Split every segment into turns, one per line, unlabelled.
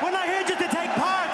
NFL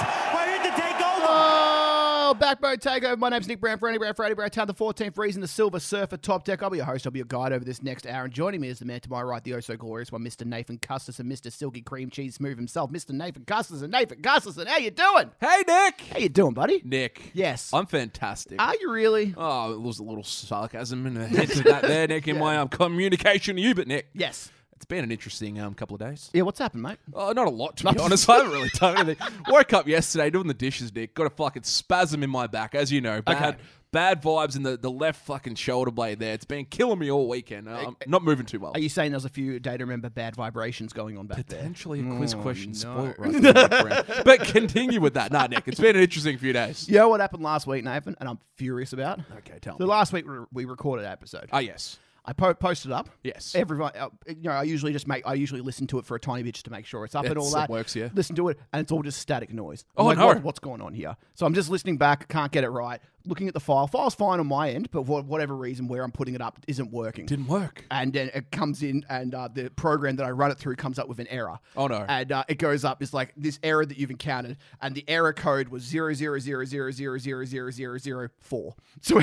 Oh, Backbone Takeover. My name's Nick Brown for Andy Brown for Andy Brown Town, the 14th reason, the Silver Surfer Top Deck. I'll be your host. I'll be your guide over this next hour. And joining me is the man to my right, the oh so glorious one, Mr. Nathan Custis and Mr. Silky Cream Cheese Smooth himself, Mr. Nathan Custis and Nathan Custis. And how you doing?
Hey, Nick.
How you doing, buddy?
Nick.
Yes.
I'm fantastic.
Are you really?
oh, there was a little sarcasm and a hint of that there, Nick, in my um, communication to you. But Nick,
Yes.
it's been an interesting um, couple of days.
Yeah, what's happened, mate?
Oh, not a lot, to be honest. I haven't really done anything. Woke up yesterday doing the dishes, Nick. Got a fucking spasm in my back, as you know. Bad, bad vibes in the, the left fucking shoulder blade there. It's been killing me all weekend. Uh, I'm not moving too well.
Are you saying there's a few day to remember bad vibrations going on back there?
Potentially a quiz question spoiled right there, my friend. But continue with that. Nah, Nick, it's been an interesting few days.
You know what happened last week, Nathan, and I'm furious about?
Okay, tell
So
me.
last week we- we recorded an episode.
Ah, yes.
I po- posted up.
Yes.
Everyone, uh, you know, I usually just make, I usually listen to it for a tiny bit just to make sure it's up and all
It's- it
that.
works, yeah.
Listen to it, and it's all just static noise. I'm
Oh,
like,
no.
"What- what's going on here? So I'm just listening back. Can't get it right. Looking at the file. File's fine on my end, but for whatever reason, where I'm putting it up isn't working.
Didn't work.
and then it comes in, and uh, the program that I run it through comes up with an error.
Oh, no.
And uh, it goes up. It's like this error that you've encountered, and the error code was zero zero zero zero zero zero zero zero zero four. So,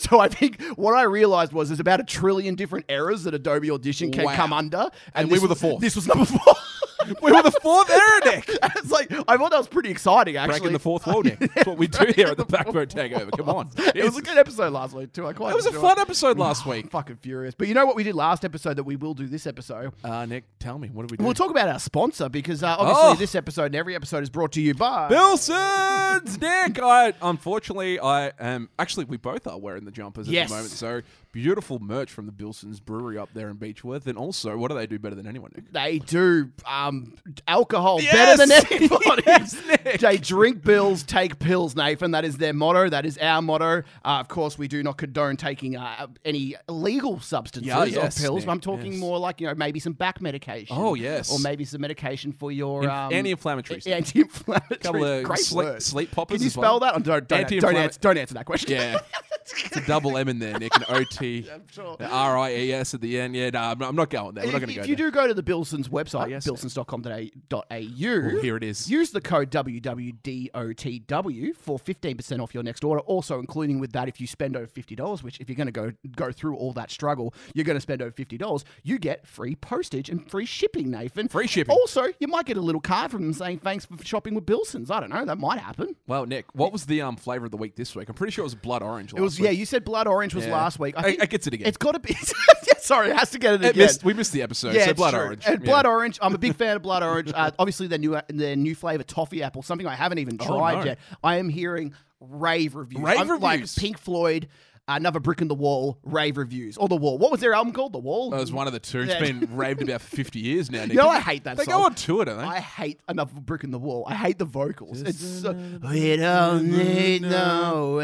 so I think what I realized was there's about a trillion different errors that Adobe Audition can
Wow.
come under, and,
And we
this
were the
was-
fourth.
This was number four.
We were the fourth error, Nick.
it's like I thought that was pretty exciting. Actually,
Breaking the fourth wall, Nick. That's what we do here at the Backbone Takeover. Come on.
It was a good episode last week too. I quite.
It was a
enjoyed Oh,
fun episode last week.
Fucking furious. But you know what we did last episode that we will do this episode?
Uh, Nick, tell me, what do we do?
We'll talk about our sponsor because uh, obviously
Oh.
this episode and every episode is brought to you by
Billson's Nick. I unfortunately I am actually we both are wearing the jumpers
Yes.
at the moment. So beautiful merch from the Billson's Brewery up there in Beechworth, and also what do they do better than anyone, Nick?
They do um, alcohol
Yes!
better than anybody.
Yes, Nick.
they drink bills, take pills, Nathan. That is their motto. That is our motto. Uh, of course, we do not condone taking uh, any illegal substances
Yeah, yes,
or pills.
Nick,
I'm talking
yes.
more like you know maybe some back medication.
Oh, yes.
or maybe some medication for your um,
anti-inflammatories, Nick.
Anti-inflammatory.
Couple of
Great
sle-
word.
sleep poppers
Can you
as
spell
well.
that? Oh, don't, don't, don't,
Anti-inflamma-
answer, don't answer that question.
Yeah. It's a double M in there, Nick, and O T
sure.
R I E S at the end. Yeah, nah, I'm not, I'm not going there. We're
If,
not going to go
if you
there. Oh,
do go to the Billsons website,
yes, Nick.
billsons.com.au,
Ooh, here it is.
Use the code WWDOTW for 15% off your next order. Also, including with that, if you spend over $50, which if you're going to go go through all that struggle, you're going to spend over $50, you get free postage and free shipping, Nathan.
Free shipping.
Also, you might get a little card from them saying thanks for shopping with Billsons. I don't know. That might happen.
Well, Nick, what was the um flavor of the week this week? I'm pretty sure it was blood orange.
It was, yeah, you said blood orange was
Yeah.
last week.
I- I gets it again.
It's got to be. sorry, it has to get it,
It
again.
missed, we missed the episode. so
it's
blood
true.
orange.
And
Yeah.
blood orange. I'm a big fan of blood orange. Uh, obviously, their new their new flavor toffee apple, something I haven't even tried
Oh, no.
yet. I am hearing rave reviews.
Rave
I'm- Like
reviews?
Pink Floyd, another brick in the wall. Rave reviews or the wall. What was their album called? The Wall.
That was one of the two. It's
Yeah.
been raved about for 50 years now. Nick.
know, I hate that
They
song.
go on tour, don't they?
I hate another brick in the wall. I hate the vocals. It's so, we don't need no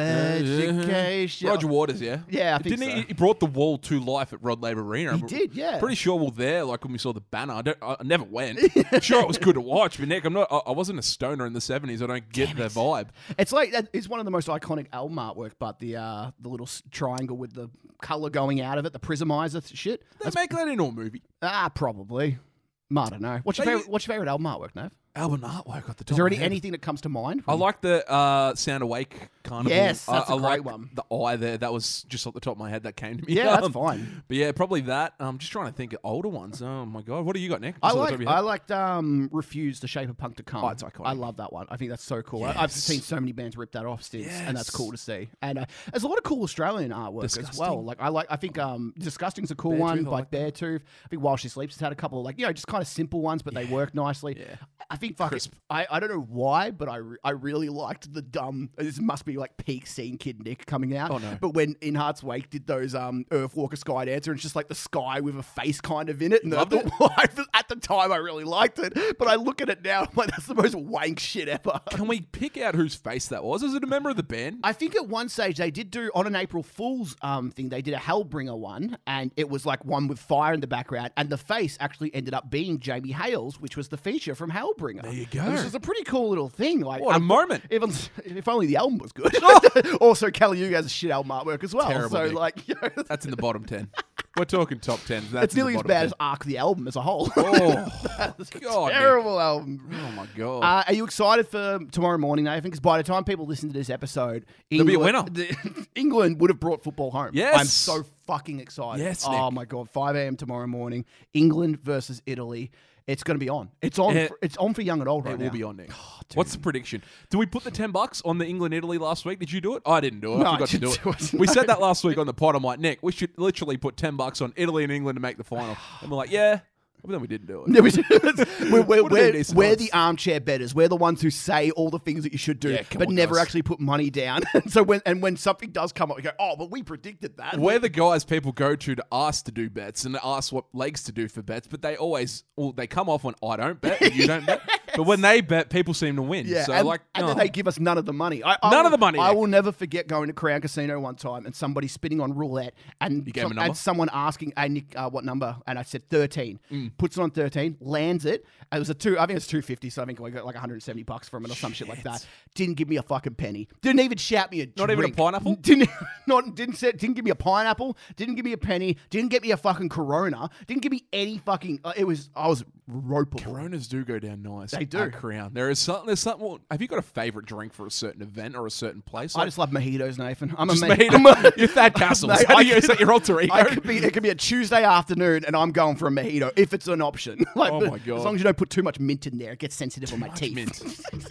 education.
Roger Waters, yeah,
Yeah, I think
Didn't
so.
he? He brought the wall to life at Rod Laver Arena.
He did, yeah.
Pretty sure we were there. Like when we saw the banner, I, don't, I I never went. sure, it was good to watch, but Nick, I'm not. I, I wasn't a stoner in the '70s. I don't get the vibe.
It's like that- it's one of the most iconic album artwork, but the uh, the little s- triangle with the color going out of it, the prismizer th- shit.
They make that into a movie.
Ah, probably. Mm, I don't know. What's your
They-
favorite? What's your favorite album artwork, Nav?
Album artwork at the top.
Is there
of
any
my head.
anything that comes to mind?
I like the uh, Sound Awake kind of.
Yes, that's
I,
a
I
great
like
one.
The eye there, that was just off the top of my head that came to me.
Yeah, that's
Um,
fine.
But yeah, probably that. I'm just trying to think of older ones. Oh my god, what do you got, Nick? Just
I
off the top of
like
your
I
head.
liked um, "Refuse" the shape of punk to come.
Oh, it's iconic.
I love that one. I think that's so cool. I, I've
Yes.
seen so many bands rip that off since, and that's
Yes.
cool to see. And uh, there's a lot of cool Australian artwork as well.
Disgusting.
Like I like I think um, "Disgusting's" a cool
Beartooth,
one
I
by
like
Beartooth. I think "While She Sleeps" has had a couple of like you know just kind of simple ones, but they work nicely.
Yeah.
I think fuck
Crisp.
I, I don't know why, but I, re- I really liked the dumb. This must be like peak scene Kid Nick coming out.
Oh, no.
But when In Heart's Wake did those um Earthwalker Sky Dancer, and it's just like the sky with a face kind of in it. And the-
Loved
the,
it.
I- at the time, I really liked it. But I look at it now, I'm like, that's the most wank shit ever.
Can we pick out whose face that was? Is it a member of the band?
I think at one stage they did do on an April Fool's um, thing. They did a Hellbringer one, and it was like one with fire in the background, and the face actually ended up being Jamie Hales, which was the feature from Hellbringer. There
you go.
Which is a pretty cool little thing. Like,
What a
um,
moment.
If, if only the album Oh. was good. also, Cali Yuga has a shit album artwork as well.
Terrible,
so
Nick.
like, you know,
That's in the bottom 10. We're talking top tens. That's
it's nearly
the
as
bottom
bad
ten.
as Arc the album as a whole.
Oh, God. Nick.
Terrible album.
Oh, my God.
Uh, are you excited for tomorrow morning, Nathan? Because by the time people listen to this episode, England,
be a
the- England would have brought football home.
Yes.
I'm so fucking excited.
Yes,
Oh
Nick.
my god, 5 a.m. tomorrow morning, England versus Italy. It's going to be on. It's on.
It-
for, it's on for young and old right
it
now. Oh,
will be on Nick. What's the prediction? Did we put the ten bucks on the England Italy last week? Did you do it? I didn't do it.
No, I
I forgot to do
didn't
it.
do it.
We said that last week on the pod. I'm like, Nick, we should literally put ten bucks on Italy and England to make the final. And we're like, yeah. But then we didn't do it.
we're we're, we're,
What are they,
we're,
decent
we're
odds?
the armchair betters. We're the ones who say all the things that you should do,
Yeah, come
but
on,
never
guys.
actually put money down. so when and when something does come up, we go, "Oh, but we predicted that."
We're the guys people go to to ask to do bets and ask what legs to do for bets, but they always well, they come off when I don't bet, and you don't bet. But when they bet, people seem to win.
Yeah,
so
and,
like
and
oh.
then they give us none of the money. I, I
None of
will-
the money,
I
Nick.
will never forget going to Crown Casino one time and somebody spinning on roulette and,
gave him a number?
and someone asking, "Hey Nick, uh, what number?" And I said thirteen.
Mm.
Puts it on thirteen, lands it. It was a two. I think it's two fifty. So I think I got like one hundred and seventy bucks from it or some shit like that. Didn't give me a fucking penny. Didn't even shout me a
Not even a
drink.
pineapple?
Didn't not didn't say, didn't give me a pineapple. Didn't give me a penny. Didn't get me a fucking Corona. Didn't give me any fucking. Uh, it was I was ropeable.
Coronas do go down nice.
They
at
do.
Crown. There is something. There's something. well, have you got a favorite drink for a certain event or a certain place?
I just love mojitos, Nathan. I'm
Just
a, ma-
made
I'm a-
it. You're Thad Castle.
Mate,
How
I
do you-
could-
is that your alter ego?
I could be, it could be a Tuesday afternoon, and I'm going for a mojito if it's an option. like,
Oh
but
my God.
As long as you don't put too much mint in there, it gets sensitive on my
Much
teeth.
mint.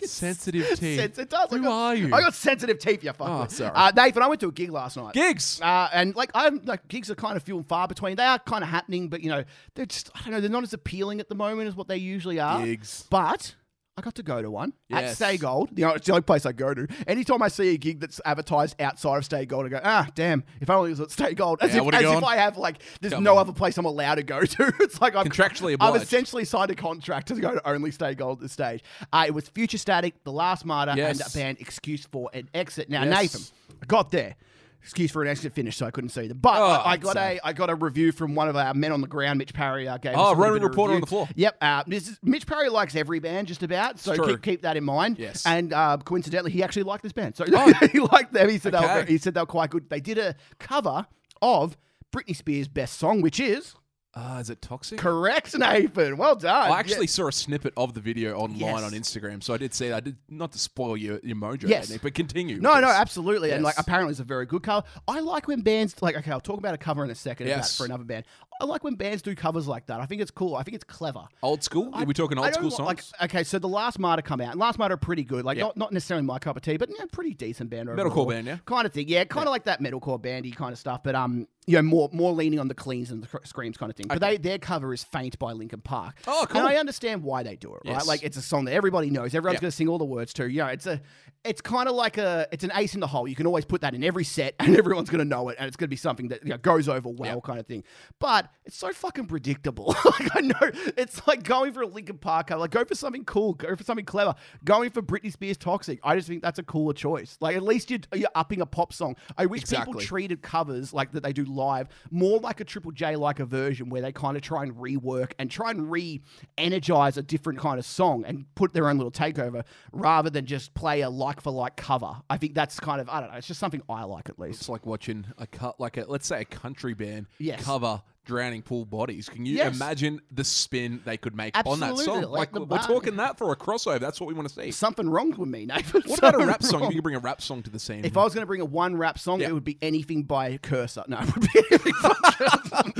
Sensitive teeth.
Sens- it does. I
Who
got-
are you?
I got sensitive teeth. You fucker.
Oh, sorry.
Uh, Nathan, I went to a gig last night.
Gigs.
Uh, and like I'm like gigs are kind of few and far between. They are kind of happening, but you know they're just I don't know they're not as appealing at the moment as what they usually are.
Gigs.
but. I got to go to one
Yes.
at Stay Gold. You know, it's the only place I go to. Anytime I see a gig that's advertised outside of Stay Gold, I go, ah, damn, if only it was at Stay Gold. As,
Yeah, I
if,
would've
as if
gone.
I have, like, there's
Come
no
on.
other place I'm allowed to go to. it's like I'm
Contractually
I've
obliged.
essentially signed a contract to go to only Stay Gold at this stage. Uh, it was Future Static, The Last Martyr, and
Yes.
a band Excuse for an Exit. Now,
Yes.
Nathan, I got there. Excuse for an exit finish, so I couldn't see them. But
Oh,
I, I got
that's
a I got a review from one of our men on the ground, Mitch Parry. Uh, gave us a
Oh,
little
Roman
bit of
reporter
review.
on the floor.
Yep, uh, this is, Mitch Parry likes every band just about, so
true.
keep, keep that in mind.
Yes. Oh.
and uh, coincidentally, he actually liked this band, so he liked them. He said they were,
Okay.
he said they were quite good. They did a cover of Britney Spears' best song, which is
Ah, is it toxic?
correct, Nathan. Well done.
I actually
Yeah.
saw a snippet of the video online
Yes.
on Instagram, so I did see that. I did not to spoil your, your mojo, there,
Yes.
Nick, but continue.
No,
with
no,
this.
absolutely. And like,
Yes.
apparently, it's a very good cover. I like when bands like. Okay, I'll talk about a cover in a second about-
Yes.
for another band. I like when bands do covers like that. I think it's cool. I think it's clever.
Old school?
I-
Are Oh, we talking
I
old
don't
school
li-
songs?
Like, okay, so the Last Martyr come out. And Last Martyr are pretty good. Like,
Yeah.
not, not necessarily my cup of tea, but yeah, pretty decent band. Overall.
Metalcore band, yeah?
Kind of thing. Yeah, kind of like that metalcore bandy kind of stuff, but um, you know, more more leaning on the cleans and the cr- screams kind of thing. But they their cover is "Faint" by Linkin Park.
Oh, cool.
And I understand why they do it, right?
Yes.
Like, it's a song that everybody knows. Everyone's
Yeah.
going to sing all the words to. You know, it's a, it's kind of like a, it's an ace in the hole. You can always put that in every set, and everyone's going to know it, and it's going to be something that you know, goes over well, kind of thing. But it's so fucking predictable. like I know it's like going for a Linkin Park cover. Like go for something cool, go for something clever. Going for Britney Spears "Toxic," I just think that's a cooler choice. Like at least you're, you're upping a pop song. I wish people
Exactly.
treated covers like that they do live more like a Triple J like a version where they kind of try and rework and try and re energize a different kind of song and put their own little takeover rather than just play a like for like cover. I think that's kind of I don't know. It's just something I like at least.
It's like watching a cut, like a let's say a country band
Yes.
cover "Drowning Pool Bodies." Can you
Yes.
imagine the spin they could make on that
Absolutely,
song?
like
Like,
the
we're
bar-
talking that for a crossover. That's what we want to see.
Something wrong with me, Nathan.
What about a
Something
rap song? If
wrong.
you could bring a rap song to the scene,
If I was going to bring a one rap song,
Yeah.
it would be anything by Cursor. No, it would be anything by Cursor.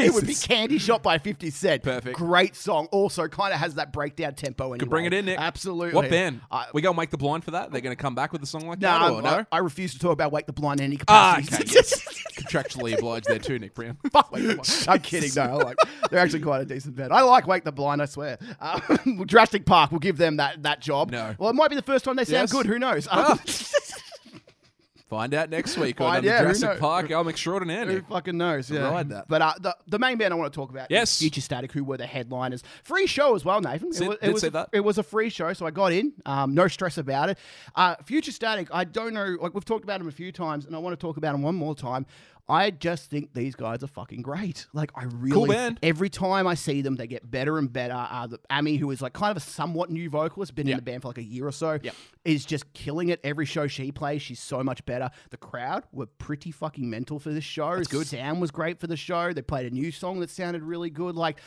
It would be
Jesus.
Candy Shop by 50 Cent.
Perfect.
Great song. Also, kind of has that breakdown tempo anyway.
could bring it in, Nick.
Absolutely.
What band?
I-
we gonna make the blind for that? They're gonna come back with a song like that?
no,
Or no,
I, I refuse to talk about Wake the Blind in any
Ah,
capacity.
okay, yes. contractually obliged there too, Nick Brown.
Fuck Wake the Blind. I'm kidding. No, I like, they're actually quite a decent band. I like Wake the Blind, I swear. Uh, Jurassic Park, we'll give them that, that job.
No.
Well, it might be the first time they sound
Yes.
good. Who knows?
Ah.
Um,
Find out next week
Find
on um,
out, who
Jurassic
knows?
Park. I'm extraordinaire.
Who
Nick.
fucking knows? Yeah.
Ride that.
But uh, the, the main band I want to talk about
Yes.
is Future Static, who were the headliners. Free show as well, Nathan. It
Said-
wa- it,
did
was
say
a,
that.
it was a free show, so I got in. Um, no stress about it. Uh, Future Static, I don't know. Like we've talked about them a few times, and I want to talk about them one more time. I just think these guys are fucking great. Like I really
band.
every time I see them, they get better and better. Uh, the, Amy, who is like kind of a somewhat new vocalist, been
Yeah.
in the band for like a year or so,
Yep.
is just killing it. Every show she plays, she's so much better. The crowd were pretty fucking mental for this show.
good.
Sam was great for the show. They played a new song that sounded really good. Like,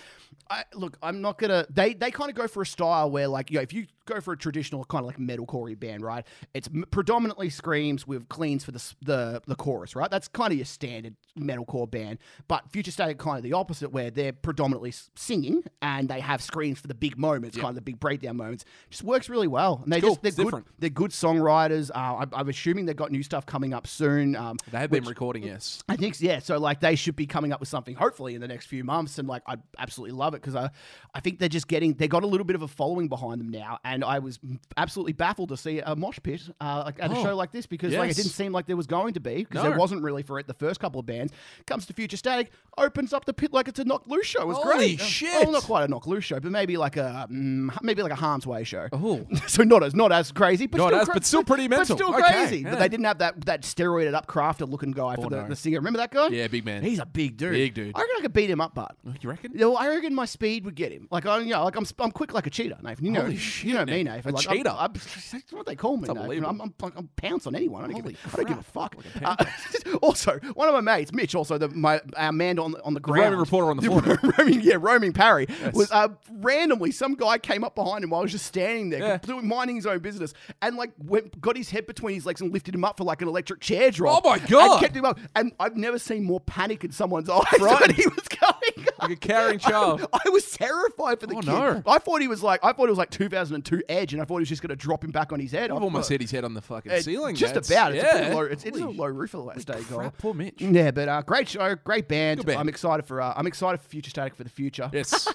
I look, I'm not gonna. They they kind of go for a style where like, you know, if you go for a traditional kind of like metalcore band, right? It's m- predominantly screams with cleans for the s- the the chorus, right? That's kind of your standard metalcore band. But Future State are kind of the opposite, where they're predominantly s- singing and they have screams for the big moments, kind of the big breakdown moments. Just works really well, and they
cool.
just they're
It's
good.
different.
They're good songwriters. Uh, I, I'm assuming they've got new stuff coming up soon. Um,
They have been recording, yes.
I think yeah, so like they should be coming up with something hopefully in the next few months, and like I absolutely love it because I, I think they're just getting they got a little bit of a following behind them now, and I was absolutely baffled to see a mosh pit uh, like at a
Oh,
show like this because like it
yes.
didn't seem like there was going to be because
No.
there wasn't really for it the first couple of bands. Comes to Future Static, opens up the pit like it's a knock loose show. It was
Holy
great.
shit.
Well, not quite a knock loose show, but maybe like a mm, maybe like a harm's way show.
Oh.
so not as not as crazy, but
Not
still
as- but still pretty mental.
still
Okay,
crazy. But
yeah.
they didn't have that that steroided up crafter looking guy for the,
Oh, no.
the singer. Remember that guy?
Yeah, big man.
He's a big dude.
Big dude.
I reckon I could beat him up, but.
Oh, You reckon?
You know, I reckon my speed would get him. Like I, you know, like I'm, sp- I'm quick like a cheetah, Nathan. You know,
Holy shit,
you know me,
Nathan.
Nathan.
A
like, I'm-
cheetah?
I'm- that's what they call me. Nathan.
unbelievable.
I'm, I'm, I'm pounce on anyone. I don't,
Holy
give, a, I don't give a fuck.
crap,
Uh, also, one of my mates, Mitch, also the my our man on the- on the ground,
roaming reporter on the floor.
roaming, yeah, roaming Parry was uh, randomly some guy came up behind him while I was just standing there,
Yeah.
doing minding his own business, and like went, got his head between his legs and lifted him up for like an electric chair drop.
Oh my
And
God.
kept him up, and I've never seen more panic in someone's eyes when
Frightened.
he was going. up.
Like a carrying child.
I was terrified for the
Oh,
kid.
no.
I thought he was like I thought it was like 2002 Edge, and I thought he was just going to drop him back on his head.
I've
I-
almost hit his head on the fucking
it-
ceiling.
Just
that's-
about. It's a pretty
yeah.
low. It's, it's a
Holy
low roof for that stage. goal.
crap, poor Mitch.
Yeah, but uh, great show, great band.
Good band.
I'm excited for. Uh, I'm excited for Future Static for the future.
Yes,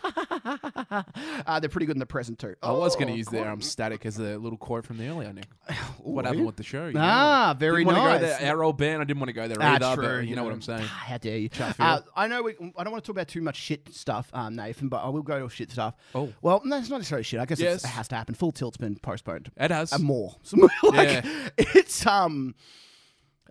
Uh, they're pretty good in the present too.
I was going to use their "I'm static" as a little quote from the earlier. Nick, what happened with the show? you know?
Ah, very
didn't wanna
nice.
Go there. Our old band, I didn't want to go there
Ah,
either.
true,
But you know what I'm saying?
How dare you?
feel
Uh,
it.
I know we, I don't want to talk about too much shit stuff, um, Nathan, but I will go to shit stuff.
Oh.
well, no, it's not necessarily shit. I guess it's,
Yes.
it has to happen. Full tilt's been postponed.
It has.
and more. So Uh, more like,
Yeah.
It's um,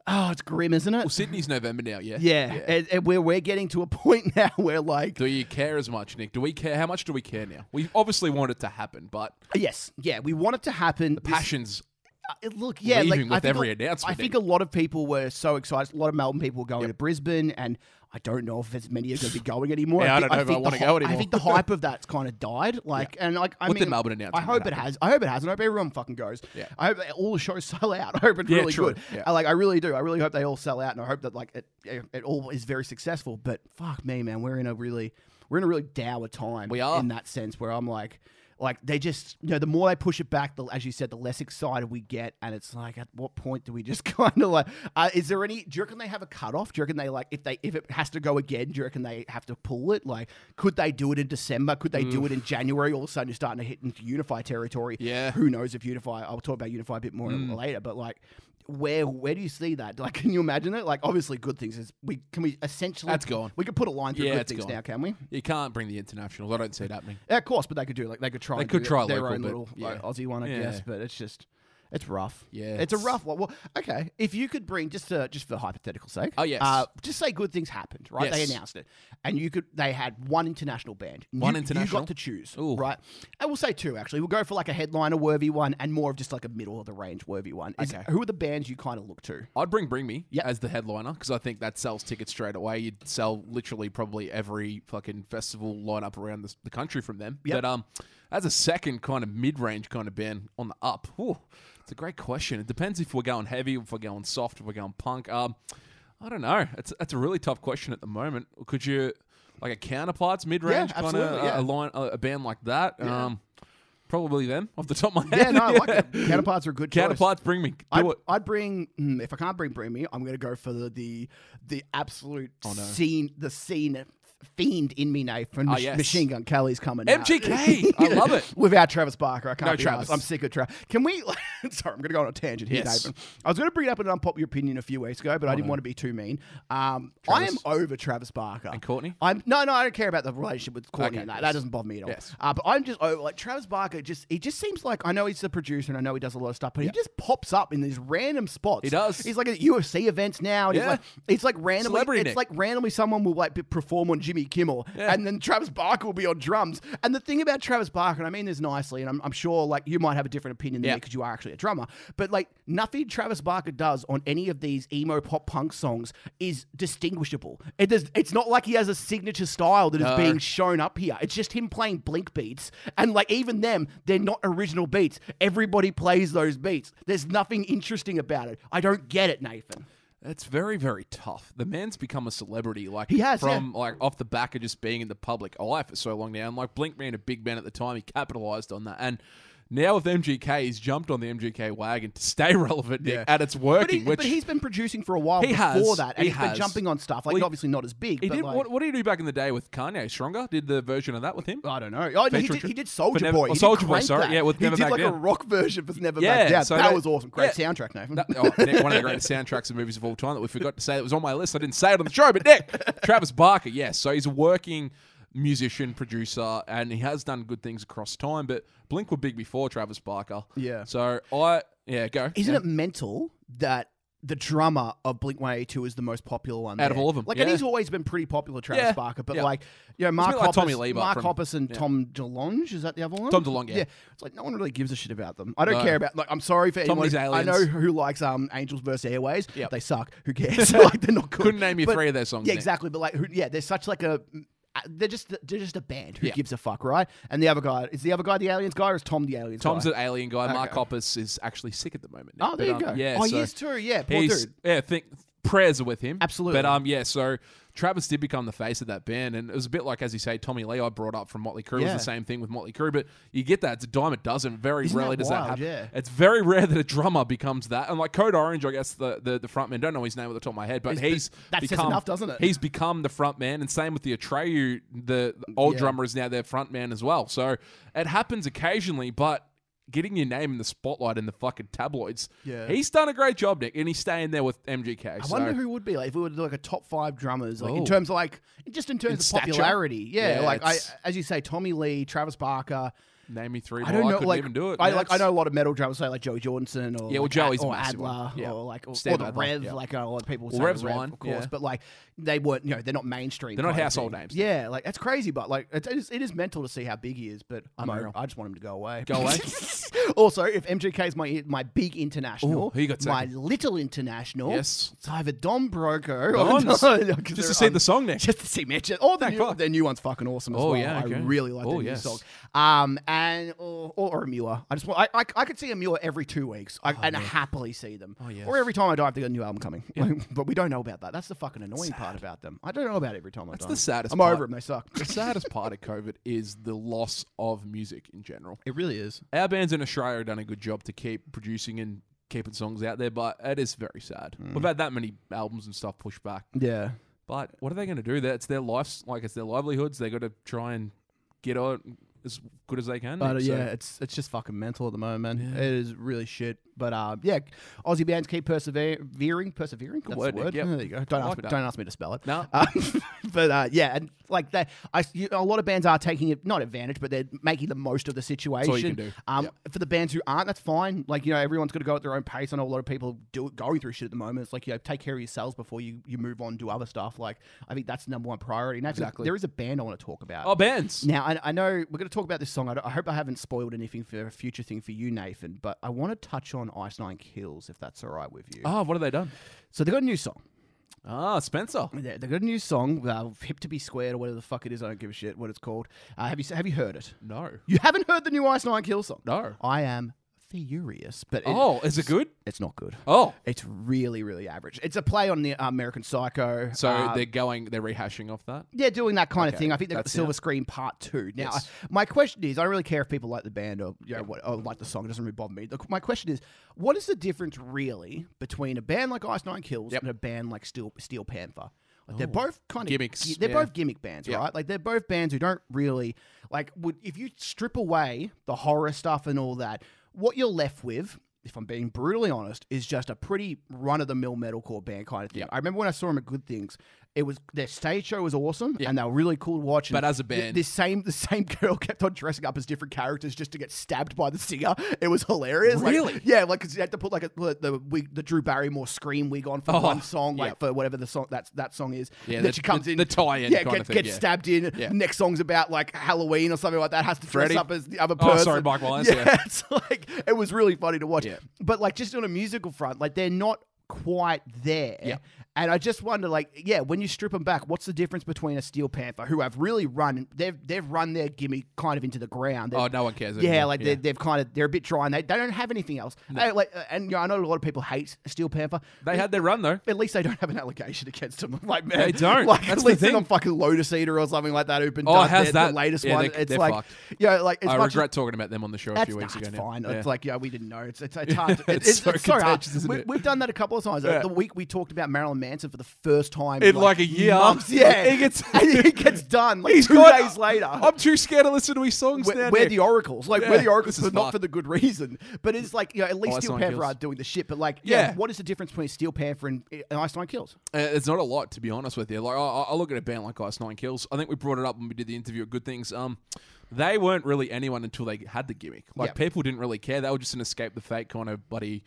oh, it's grim, isn't it?
well, Sydney's November now. Yeah.
yeah, And, and we're we're getting to a point now where like
Do you care as much, Nick? Do we care? How much do we care now? We obviously want it to happen, but
yes, yeah, we want it to happen. The
passions.
It- look, yeah, like,
leaving
I
with
think
every
a-
announcement
I think a lot of people were so excited. A lot of Melbourne people were going to Brisbane, and I don't know if as many are going to be going anymore.
Yeah, I
think-
don't know if I
think the
wanna go
hy- I
anymore.
think the hype of that's kind of died. Like, and like, I
What did
mean,
Melbourne
I
announcement
hope it
happen?
has. I hope it has. And I hope everyone fucking goes.
Yeah.
I hope that all the shows sell out. I hope it's
Yeah,
really
true.
good.
Yeah.
I, like, I really do. I really hope they all sell out, and I hope that like it, it all is very successful. But fuck me, man, we're in a really we're in a really dour time.
We are.
in that sense where I'm like, like they just, you know, the more they push it back, the as you said, the less excited we get, and it's like, at what point do we just kind of like, uh, is there any? Do you reckon they have a cutoff? Do you reckon they like if they if it has to go again? Do you reckon they have to pull it? Like, could they do it in December? Could they
Mm.
do it in January? All of a sudden, you're starting to hit into Unify territory.
Yeah. Mm.
who knows if Unify? I'll talk about Unify a bit more later, but like. Where where do you see that? Like, can you imagine it? Like, obviously, good things is we can we essentially
That's gone.
We could put a line through
Yeah,
good
it's
things
gone.
now, can we?
You can't bring the internationals. I don't see it happening.
Yeah, of course, but they could do like they could try.
They
and
could
do
try
their
local,
own
but
little like,
yeah.
Aussie one, I
Yeah.
guess. But it's just it's rough.
Yeah,
it's, a
it's-
rough one. Well, okay, if you could bring just to, just for hypothetical sake,
Oh, yes.
uh, just say good things happened, right?
Yes.
They announced it, and you could they had one international band, You-
One
You
international?
got to choose,
Ooh.
right? And we'll say two actually. We'll go for like a headliner worthy one and more of just like a middle of the range worthy one. Is-
Okay.
who are the bands you kind of look to?
I'd bring Bring Me
Yep.
as the headliner because I think that sells tickets straight away. You'd sell literally probably every fucking festival lineup around the, the country from them.
Yep.
But um, as a second kind of mid range kind of band on the up, whew, it's a great question. It depends if we're going heavy, if we're going soft, if we're going punk. Um, I don't know. It's that's a really tough question at the moment. Could you like a counterparts mid range kind
absolutely,
of
yeah.
a line a, a band like that? Um, probably them off the top of my head.
Yeah, no, I like it. Counterparts are a good. choice.
Counterparts, bring me. Do
I'd,
it.
I'd bring mm, if I can't bring bring me, I'm gonna go for the the, the absolute scene the scene fiend in me, Nate, from
Oh, Ah,
Mach-
yes.
Machine Gun Kelly's coming out.
MGK. I love it.
Without Travis Barker, I can't
No
be
Travis.
arsed. I'm sick of Travis. Can we? sorry, I'm going to go on a tangent here,
Yes. Oh,
Nathan. I was going to bring up an unpopular opinion a few weeks ago, but I didn't want to be too mean. Um, I am
Travis.
over Travis Barker and
Courtney?
I'm no, no. I don't care about the relationship with Courtney
Okay,
and that.
yes.
That doesn't bother me at all.
Yes.
Uh, but I'm just over like Travis Barker. Just he just seems like I know he's the producer and I know he does a lot of stuff, but he just pops up in these random spots.
He does.
He's like at UFC events now. And
Yeah.
He's like it's like randomly.
Celebrity
it's
Nick.
like randomly someone will like be- perform on Jimmy Kimmel,
Yeah.
and then Travis Barker will be on drums. And the thing about Travis Barker, and I mean this nicely, and I'm, I'm sure like you might have a different opinion than
Yeah.
me because you are actually a drummer, but like nothing Travis Barker does on any of these emo pop punk songs is distinguishable. It does, it's not like he has a signature style that is
No.
being shown up here. It's just him playing blink beats, and like even them, they're not original beats. Everybody plays those beats. There's nothing interesting about it. I don't get it, Nathan.
That's very, very tough. The man's become a celebrity, like
He has,
from like off the back of just being in the public eye for so long now. And like Blink being a big man at the time, he capitalized on that. And now with MGK, he's jumped on the MGK wagon to stay relevant Nick,
Yeah.
and it's
But, he,
working. which
but he's been producing for a while
He
before
has,
that, and
he
has
has.
been jumping on stuff. Like
Well, he-
obviously not as big.
he
but
did.
like,
what, what did he do back in the day with Kanye? Stronger did the version of that with him.
I don't know. Oh, no, he
Featuring
did,
Tra-
he did Soldier
Never-
Boy.
oh,
He did
Soulja Boy,
Crank
sorry.
That.
Yeah, with
he
Never
did
Back
like a
Down.
rock version of Never
Yeah,
Back Down.
so
that,
that-
was awesome. Great
yeah.
soundtrack, Nathan.
That- oh, Nick, one of the greatest soundtracks of movies of all time that we forgot to say that was on my list. I didn't say it on the show, but Nick Travis Barker, yes. So he's a working musician, producer, and he has done good things across time. But Blink were big before Travis Barker.
Yeah.
So I yeah go.
Isn't
Yeah.
it mental that the drummer of Blink 182 is the most popular one
Out of
there?
all of 'em,
Like,
yeah.
and he's always been pretty popular, Travis
Yeah,
Barker. But
yeah.
like, you know, Mark
bit like
Hoppus,
Tommy Lever
Mark
from-
Hoppus and Tom DeLonge is that the other one?
Tom DeLonge, yeah.
It's like no one really gives a shit about them. I don't
No.
care about. Like, I'm sorry for anyone.
Tommy's
I know
aliens.
who likes um Angels versus Airways.
Yep.
they suck. Who cares? like, they're not good.
Couldn't name you
But-
three of their songs,
Yeah,
Nick.
exactly. But like, who, yeah, they're such like a. uh, They're just they're just a band. Who
Yeah.
gives a fuck, right? And the other guy is the other guy the aliens guy or is Tom the aliens?
Tom's
guy?
an alien guy. Mark
Okay.
Hoppus is actually sick at the moment. Nick.
oh, there
But,
you go.
um, Yeah.
oh,
so
yes, too. Yeah, poor
He's,
dude.
yeah. Think prayers are with him.
Absolutely.
But um yeah. So Travis did become the face of that band, and it was a bit like as you say, Tommy Lee I brought up from Motley Crue was
Yeah.
the same thing with Motley Crue. But you get that it's a dime a dozen. Very
Isn't
rarely
that
does
wild?
that happen.
Yeah.
It's very rare that a drummer becomes that. And like Code Orange, I guess the the, the frontman don't know his name at the top of my head, but he's
that says
become,
enough, doesn't it?
He's become the front man, and same with the Atreyu, the the old
Yeah.
drummer is now their front man as well. So it happens occasionally, but getting your name in the spotlight in the fucking tabloids,
Yeah.
he's done a great job, Nick, and he's staying there with MGK.
I
so
wonder who would be like if we were to do like a top five drummers, like
Oh.
in terms of like just in terms
In
of
stature?
popularity. Yeah,
Yeah,
like I,
it's-
as you say, Tommy Lee, Travis Barker.
name me three.
I
I
don't
I
know,
couldn't
like
even do it.
I
Yeah,
like I
it's-
know a lot of metal drummers, say like Joey Jordanson or
Yeah, well,
like,
Joey's a
or
massive one.
Adler
Yeah.
or like or,
Stan
or the
Adler,
Rev,
yeah.
like a lot of people.
Well,
say
Rev's
Rev,
one,
of course,
yeah.
but like they weren't, you know, they're not mainstream.
They're not
kind of
household
thing.
names.
Yeah, like that's crazy, but like it is, it is mental to see how big he is. But I'm
Unreal.
over, I just want him to go away.
Go away?
also, if MGK is my my big international,
Ooh, who you got
my
second?
little international,
Yes.
it's either Dom Broco.
Dom's.
or- 'cause
Just to
they're
see
on-
the song next.
Just to see Mitch. All the
Thank
new,
God.
their new one's fucking awesome as
Oh,
well.
yeah,
I
okay.
really like
Oh,
their
yes.
new song. Um, and or, or a Muir. I just want. I, I, I could see a Muir every two weeks, I, and happily see them. Oh
Oh, yes.
Or every time I die, I've got a new album coming. but we don't know about that. That's the fucking annoying part about them. I don't know about every time I die.
the saddest
I'm
part.
over them. They suck.
the saddest part of COVID is the loss of music in general.
It really is.
Our bands in Australia have done a good job to keep producing and keeping songs out there, but it is very sad.
Hmm.
We've had that many albums and stuff pushed back.
Yeah.
But what are they going to do? That's their lives, like it's their livelihoods. They got to try and get on as good as they can.
But uh,
Nick, so-
yeah, it's it's just fucking mental at the moment, man. It is really shit. But uh, yeah, Aussie bands keep persevering, persevering. That's
word,
the word.
yep.
There you go. Don't
I
ask
like
me.
that.
Don't ask me to spell it.
No.
Uh, but uh, yeah, and like that, I you- a lot of bands are taking it not advantage, but they're making the most of the situation.
all you can do.
Um,
Yep.
for the bands who aren't, that's fine. Like you know, everyone's got to go at their own pace. I know a lot of people do going through shit at the moment. It's like you know, take care of yourselves before you you move on, do other stuff. Like I think that's the number one priority. And actually,
Exactly.
There is a band I want to talk about.
oh bands.
Now, I, I know we're going to talk about this song. I, don't- I hope I haven't spoiled anything for a future thing for you, Nathan, but I want to touch on Ice Nine Kills, if that's all right with you.
Ah, what have they done?
So they've got a new song.
Ah, Spencer.
They- They've got a new song, uh, Hip to Be Squared, or whatever the fuck it is. I don't give a shit what it's called. Uh, have, you, have you heard it?
No,
You haven't heard the new Ice Nine Kills song?
no.
I am furious, but it-
oh, is it good?
it's not good.
Oh,
It's really, really average. It's a play on the uh, American Psycho.
so
uh,
they're going, they're rehashing off that.
Yeah, doing that kind of
Okay,
thing. I think they've got the
that's
Silver Screen Part Two. Now,
Yes.
I- my question is, I don't really care if people like the band or you know, what, or like the song. It doesn't really bother me. The, my question is, what is the difference really between a band like Ice Nine Kills
Yep.
and a band like Steel Steel Panther? Like they're both kind of
Gimmicks,
They're
yeah.
both gimmick bands,
Yeah.
right? Like they're both bands who don't really like would if you strip away the horror stuff and all that, what you're left with, if I'm being brutally honest, is just a pretty run of the mill metalcore band kind of thing. I remember when I saw them at Good Things, it was their stage show was awesome and they were really cool watching.
But as a
th-
band-
this same the same girl kept on dressing up as different characters just to get stabbed by the singer. It was hilarious. Like,
Really?
yeah, like because you had to put like a, like, the wig, the Drew Barrymore scream wig on for
Oh,
one song, like
yeah.
for whatever the song that that song is.
Yeah,
then
the-
she comes
the-
in
the tie-in
yeah,
kind
get,
of thing,
gets
yeah.
stabbed in.
Yeah.
Next song's about like Halloween or something like that. Has to dress
Freddy?
up as the other
Oh,
person.
sorry, Mike Myers,
Yeah,
yeah.
it's like it was really funny to watch.
Yeah.
But like just on a musical front, like they're not quite there.
Yeah.
And I just wonder, like, yeah, when you strip them back, what's the difference between a Steel Panther, who have really run, they've they've run their gimmick kind of into the ground. They've-
Oh, no one cares
yeah,
anymore.
like They're, they've kind of they're a bit dry and they, they don't have anything else. Uh, like, uh, and you know, I know a lot of people hate Steel Panther.
They had their run though.
At least they don't have an allegation against them. Like man,
They don't.
Like
That's
at
the
least they're
thing.
not fucking Lotus Eater or something like that. Open
Oh,
does
how's
their-
that?
the latest
Yeah,
one?
they're-
it's
they're
like,
fucked.
yeah, like it's
I
much as-
regret talking about them on the show a
that's,
few weeks
that's
ago. now.
fine.
Yeah.
It's like yeah, we didn't know. It's it's, it's hard. To, it-
It's
it's,
so
it's so hard.
contentious, isn't
we,
it?
We've done that a couple of times.
Yeah.
The week we talked about Marilyn Manson for the first time
In, like, a year.
months. Yeah,
He gets-
and he gets done like
He's
two
gone-
days later
I'm too scared to listen to his songs
we're,
now.
we're
Nick.
the oracles. Like
Yeah,
we're the oracles,
this is
but not
fucked. Oh,
for the good reason. But it's like you know, at least
Ice
Steel
Nine
Panther
Kills.
are doing the shit. But like, yeah,
Yeah.
what is the difference between Steel Panther and, and Ice Nine Kills?
Uh, it's not a lot, to be honest with you. Like I, I I look at a band like Ice Nine Kills. I think we brought it up when we did the interview at Good Things. Um, they weren't really anyone until they had the gimmick. Like
Yep.
people didn't really care. They were just an escape the fate kind of bloody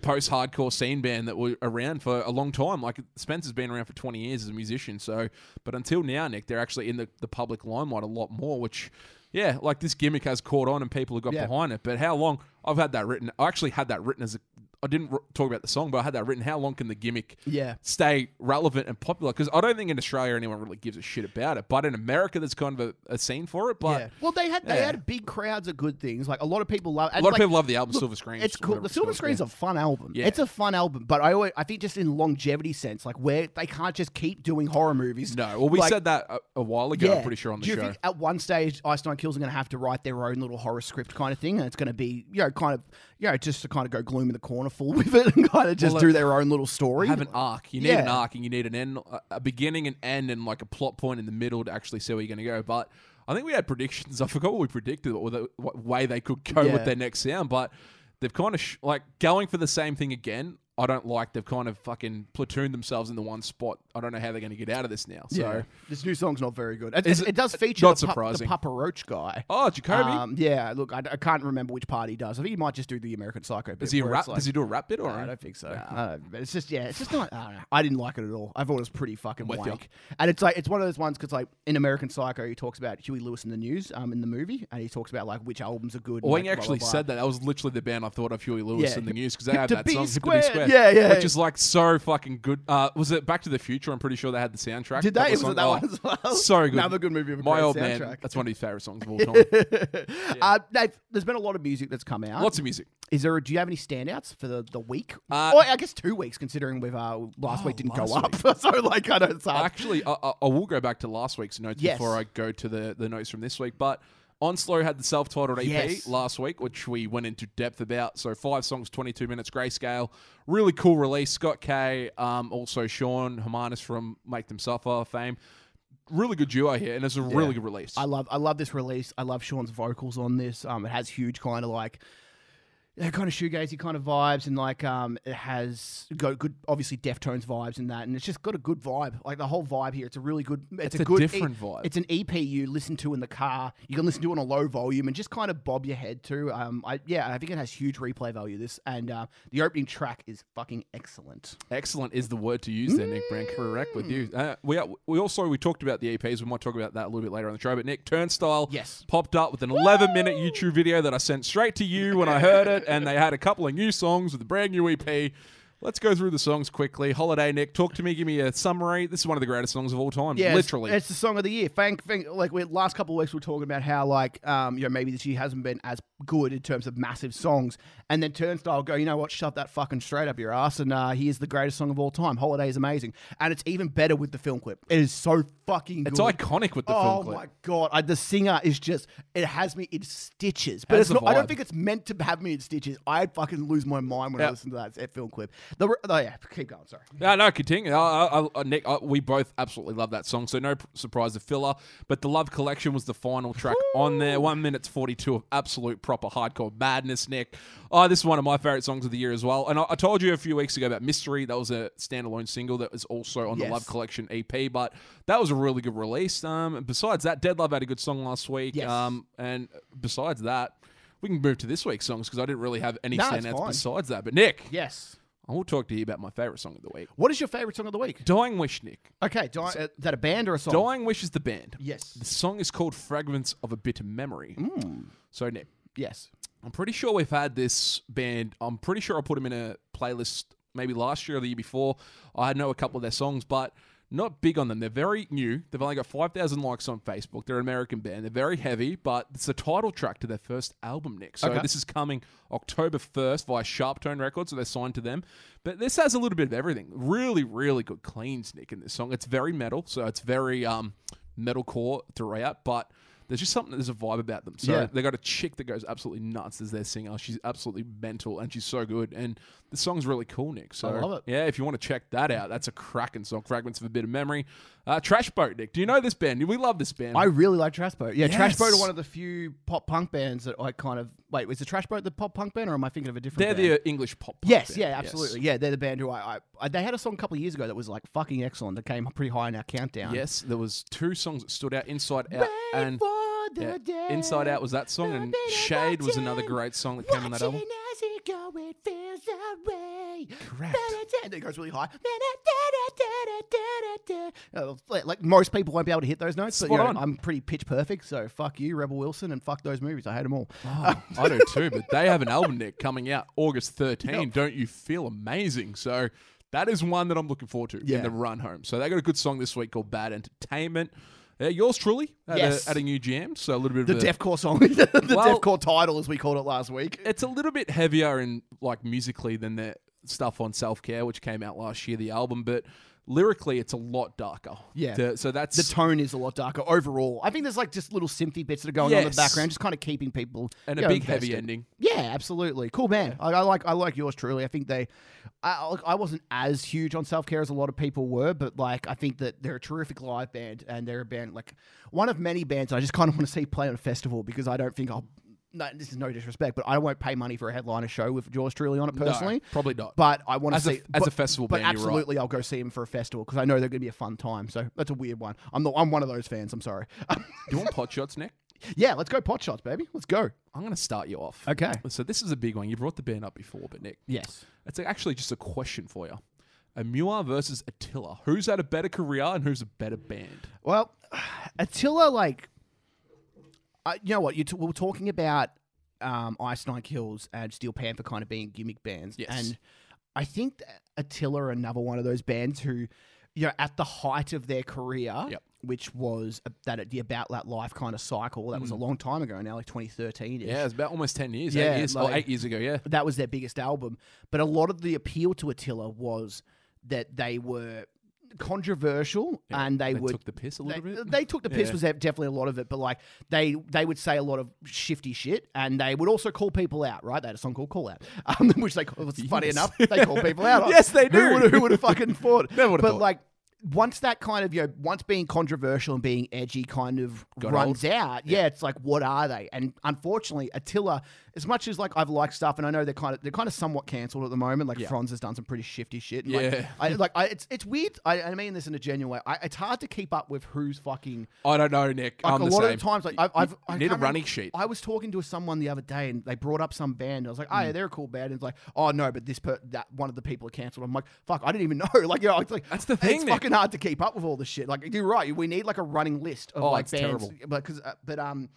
post-hardcore scene band that were around for a long time. Like Spencer's been around for twenty years as a musician. So, but until now, Nick, they're actually in the, the public limelight a lot more. Which, yeah, like this gimmick has caught on and people have got
Yeah.
behind it. But how long? I've had that written. I actually had that written as a. I didn't r- talk about the song, but I had that written. How long can the gimmick?
Yeah.
stay relevant and popular because I don't think in Australia anyone really gives a shit about it, but in America there's kind of a, a scene for it. But
Well, they had they
Yeah.
had big crowds of good things. Like a lot of people love.
a lot of people love the album Silver Screens.
It's
or
cool.
whatever
The
it's
Silver
called,
Screen's
yeah.
a fun album.
Yeah.
It's a fun album, but I always, I think just in longevity sense, like where they can't just keep doing horror movies.
no. Well, we
Like,
said that a, a while ago. I'm pretty sure on the
Do you
show.
think at one stage Ice Nine Kills are going to have to write their own little horror script kind of thing, and it's going to be you know kind of you know just to kind of go gloom in the corner full with it and kind of just
Well,
do
look,
their own little story?
have an arc. You need an
Yeah.
arc, and you need an end, a- a beginning, an end, and like a plot point in the middle to actually see where you're going to go. But I think we had predictions. I forgot what we predicted or the, what way they could go
Yeah.
with their next sound. But they've kind of sh- like going for the same thing again. I don't like. They've kind of fucking platooned themselves in the one spot. I don't know how they're going to get out of this now. So.
this new song's not very good. It,
Is
it,
it-
it does feature
not
the, Papa- the
surprising.
Papa Roach guy.
Oh, Jacoby.
Um, yeah, look, I, I can't remember which part he does. I think he might just do the American Psycho. Bit
does he
where
rap?
it's like-
does he do a rap bit or?
I don't think so. Uh, but it's just yeah, it's just not. I, don't know. I didn't like it at all. I thought it was pretty fucking
with ya.
wank. And it's like it's one of those ones because like in American Psycho, he talks about Huey Lewis in the news, um, in the movie, and he talks about like which albums are good. and,
Well, when
like,
you actually
blah, blah,
said that, that was literally the band I thought of Huey Lewis
Yeah.
in the news because they
Hip
have
to
that
be
song,
squared.
Hip to be squared.
Yeah, yeah.
Which is like so fucking good. Uh, was it Back to the Future? I'm pretty sure they had the soundtrack.
Did
That
they? Was it that
oh,
one as well?
So good.
Another good movie with a
My
great
old man.
soundtrack.
That's one of his favorite songs of all time.
blah. Uh, Dave, there's been a lot of music that's come out.
Lots of music.
Is there? Do you have any standouts for the, the week?
Uh, Oh,
or I guess two weeks, considering we've uh, last week didn't go
last
up. so like I know it's hard.
Actually, I, I, I will go back to last week's notes
Yes.
before I go to the, the notes from this week. But Onslow had the self titled EP
Yes.
last week, which we went into depth about. So five songs, 22 minutes, grayscale. Really cool release. Scott K, um, also Sean Hermanis from Make Them Suffer fame. Really good duo here, and it's a really good release.
I love I love this release. I love Sean's vocals on this. Um, it has huge kind of like uh, kind of shoegazy kind of vibes, and like um, it has got good obviously Deftones vibes and that, and it's just got a good vibe. Like the whole vibe here, it's a really good. It's,
a
good E
different vibe.
It's an EP you listen to in the car. You can listen to it on a low volume and just kind of bob your head to. Um, I yeah, I think it has huge replay value. This and uh, the opening track is fucking excellent.
Excellent is the word to use there, Nick Brand. Correct with you. Uh, we we also we talked about the EPs. We might talk about that a little bit later on the show. But Nick Turnstile,
Yes.
popped up with an 11 minute YouTube video that I sent straight to you when I heard it, and they had a couple of new songs with a brand new EP. Let's go through the songs quickly. Holiday, Nick, talk to me. Give me a summary. This is one of the greatest songs of all time.
Yeah, it's-
literally.
it's, the song of the year. Thank, thank like we, last couple of weeks we were talking about how like um you know maybe this year hasn't been as good in terms of massive songs. And then Turnstile go, you know what, shove that fucking straight up your ass. And uh, here's the greatest song of all time. Holiday is amazing. And it's even better with the film clip. It is so fucking good.
It's iconic with the
oh
film clip.
my God. I, the singer is just, it has me in stitches. But
Has
it's
the
not, I don't
vibe.
think it's meant to have me in stitches. I fucking lose my mind when I
Yeah.
listen to that, that film clip. The, re- oh, yeah, keep going. Sorry.
No, no, continue. I, I, I, Nick, I, we both absolutely love that song, so no p- surprise the filler. But the Love Collection was the final track on there. One minutes forty-two of absolute proper hardcore madness, Nick. Oh, this is one of my favorite songs of the year as well. And I, I told you a few weeks ago about Mystery. That was a standalone single that was also on
Yes.
the Love Collection EP. But that was a really good release. Um, and besides that, Dead Love had a good song last week.
Yes.
Um, and besides that. We can move to this week's songs because I didn't really have any
No, it's
standouts
fine.
besides that. But Nick,
Yes.
I will talk to you about my favorite song of the week.
What is your favorite song of the week?
Dying Wish, Nick.
Okay, do I, uh, is that a band or a song?
Dying Wish is the band.
Yes.
The song is called Fragments of a Bitter Memory. So, Nick,
Yes.
I'm pretty sure we've had this band. I'm pretty sure I put them in a playlist maybe last year or the year before. I know a couple of their songs, but not big on them. They're very new. They've only got 5,000 likes on Facebook. They're an American band. They're very heavy, but it's the title track to their first album, Nick. So
Okay.
this is coming October 1st via Sharp Tone Records, so they're signed to them. But this has a little bit of everything. Really, really good cleans, Nick, in this song. It's very metal, so it's very um, metalcore throughout, but there's just something, there's a vibe about them. So
Yeah.
they got a chick that goes absolutely nuts as their singer. She's absolutely mental and she's so good. And the song's really cool, Nick. So
love it.
yeah, if you want to check that out, that's a cracking song. Fragments of a bit of memory. Uh, Trash Boat, Nick. Do you know this band? We love this band.
I really like Trash Boat. Yeah, Trash Boat are
Yes.
one of the few pop punk bands that I kind of wait. Was the Trash Boat the pop punk band, or am I thinking of a different?
They're
band?
the uh, English pop. punk
yes,
band.
yeah, absolutely, yeah. They're the band who I, I, I they had a song a couple of years ago that was like fucking excellent. That came pretty high in our countdown.
Yes. there was two songs that stood out: Inside Out
Wait
and
for the
yeah,
day.
Inside Out was that song, and
I've been
Shade was
watching,
another great song that came on that
watching
album.
as it go, it feels that way.
Correct.
Da-da-da. And it goes really high. Da-da-da-da-da-da-da. Uh, like- Like most people won't be able to hit those notes, but you
Spot
know,
on.
I'm pretty pitch perfect. So fuck you, Rebel Wilson, and fuck those movies. I hate them all.
Oh, I do too, but they have an album Nick coming out August 13. Don't you feel amazing? So that is one that I'm looking forward to
Yeah.
in the run home. So they got a good song this week called Bad Entertainment. Uh, yours truly at,
Yes.
a, at a new jam. So a little bit
The
of a,
deathcore song, the
Well-
deathcore title, as we called it last week.
It's a little bit heavier in like musically than the stuff on Self Care, which came out last year, the album, but lyrically it's a lot darker.
Yeah.
The- so that's
The tone is a lot darker overall. I think there's like just little synthy bits that are going on in the
Yes.
background, just kind of keeping people
and
you
a
know,
big heavy
invested.
ending.
Yeah, absolutely. Cool man. I, I like I like yours truly. I think they, I I- look, I wasn't as huge on self care as a lot of people were, but like I think that they're a terrific live band and they're a band like one of many bands I just kind of want to see play on a festival because I don't think I'll. No, this is no disrespect, but I won't pay money for a headliner show with Jaws truly on it
No,
personally.
probably not.
But I want to
As a-
see
as
but-
a festival
But
band, you're right.
absolutely, I'll go see them for a festival because I know they're going to be a fun time. So that's a weird one. I'm the I'm one of those fans. I'm sorry.
Do you want pot shots, Nick?
yeah, let's go pot shots, baby. Let's go.
I'm gonna start you off.
Okay.
So this is a big one. You brought the band up before, but Nick.
Yes.
It's actually just a question for you. Amua versus Attila. Who's had a better career and who's a better band?
Well, Attila, like, I, you know what? You t- we were talking about um, Ice Nine Kills and Steel Panther kind of being gimmick bands.
Yes.
And I think that Attila are another one of those bands who, you know, at the height of their career,
Yep.
which was a, that the About That Life kind of cycle, that was a long time ago now, like 2013 ish.
Mm. Yeah, it's about almost 10 years.
Yeah,
eight years,
like-
oh, eight years ago, yeah.
that was their biggest album. But a lot of the appeal to Attila was that they were controversial and they,
They
would
took the piss a little
they,
bit.
they took the piss
Yeah.
was de- definitely a lot of it, but like they they would say a lot of shifty shit, and they would also call people out. Right, they had a song called "Call Out," um, which they it was funny
Yes.
enough they call people out. on.
Yes, they
Who
do.
would who would have fucking thought?
Never would've
but
thought.
like. Once that kind of you know, once being controversial and being edgy kind of
Got
runs out, yeah. it's like what are they? And unfortunately, Attila, as much as like I've liked stuff, and I know they're kind of they're kind of somewhat cancelled at the moment. Like Franz has done some pretty shifty shit. and, like,
Yeah.
I, like I, it's it's weird. I, I mean this in a genuine way. I, it's hard to keep up with who's fucking.
I don't know, Nick.
Like
I'm
a
the
lot
same.
of the times, like
You-
I've, I've
you
I
need
can't
a
remember-
running sheet.
I was talking to someone the other day, and they brought up some band. And I was like, "Oh,
Hmm.
yeah, they're a cool band." And it's like, "Oh no, but this per- that one of the people are cancelled." I'm like, "Fuck, I didn't even know." Like, you know, it's like
That's the
It's
thing, Nick.
fucking hard to keep up with all this shit. Like, you're right. We need like a running list of
Oh,
like
it's
bands,
terrible.
but because uh, but um.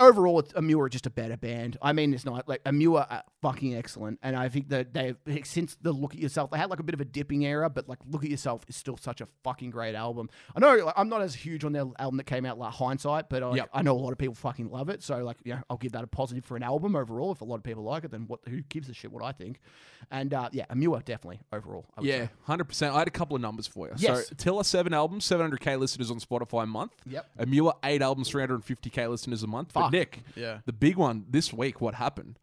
overall, it's, Amure are just a better band. I mean, it's not like Amure are fucking excellent, and I think that they since the Look at Yourself, they had like a bit of a dipping era, but like Look at Yourself is still such a fucking great album. I know like, I'm not as huge on their album that came out like Hindsight, but like,
Yep.
I know a lot of people fucking love it, so like yeah, I'll give that a positive for an album overall. If a lot of people like it, then what? Who gives a shit what I think? And uh, yeah, Amure definitely overall. I would
Yeah,
say.
hundred percent. I had a couple of numbers for you.
Yes.
So Tiller seven albums, seven hundred k listeners on Spotify a month.
Yep.
Amua eight albums, three hundred and fifty k listeners a month.
Fuck.
But Nick,
Yeah. Mm-hmm.
the big one this week. What happened?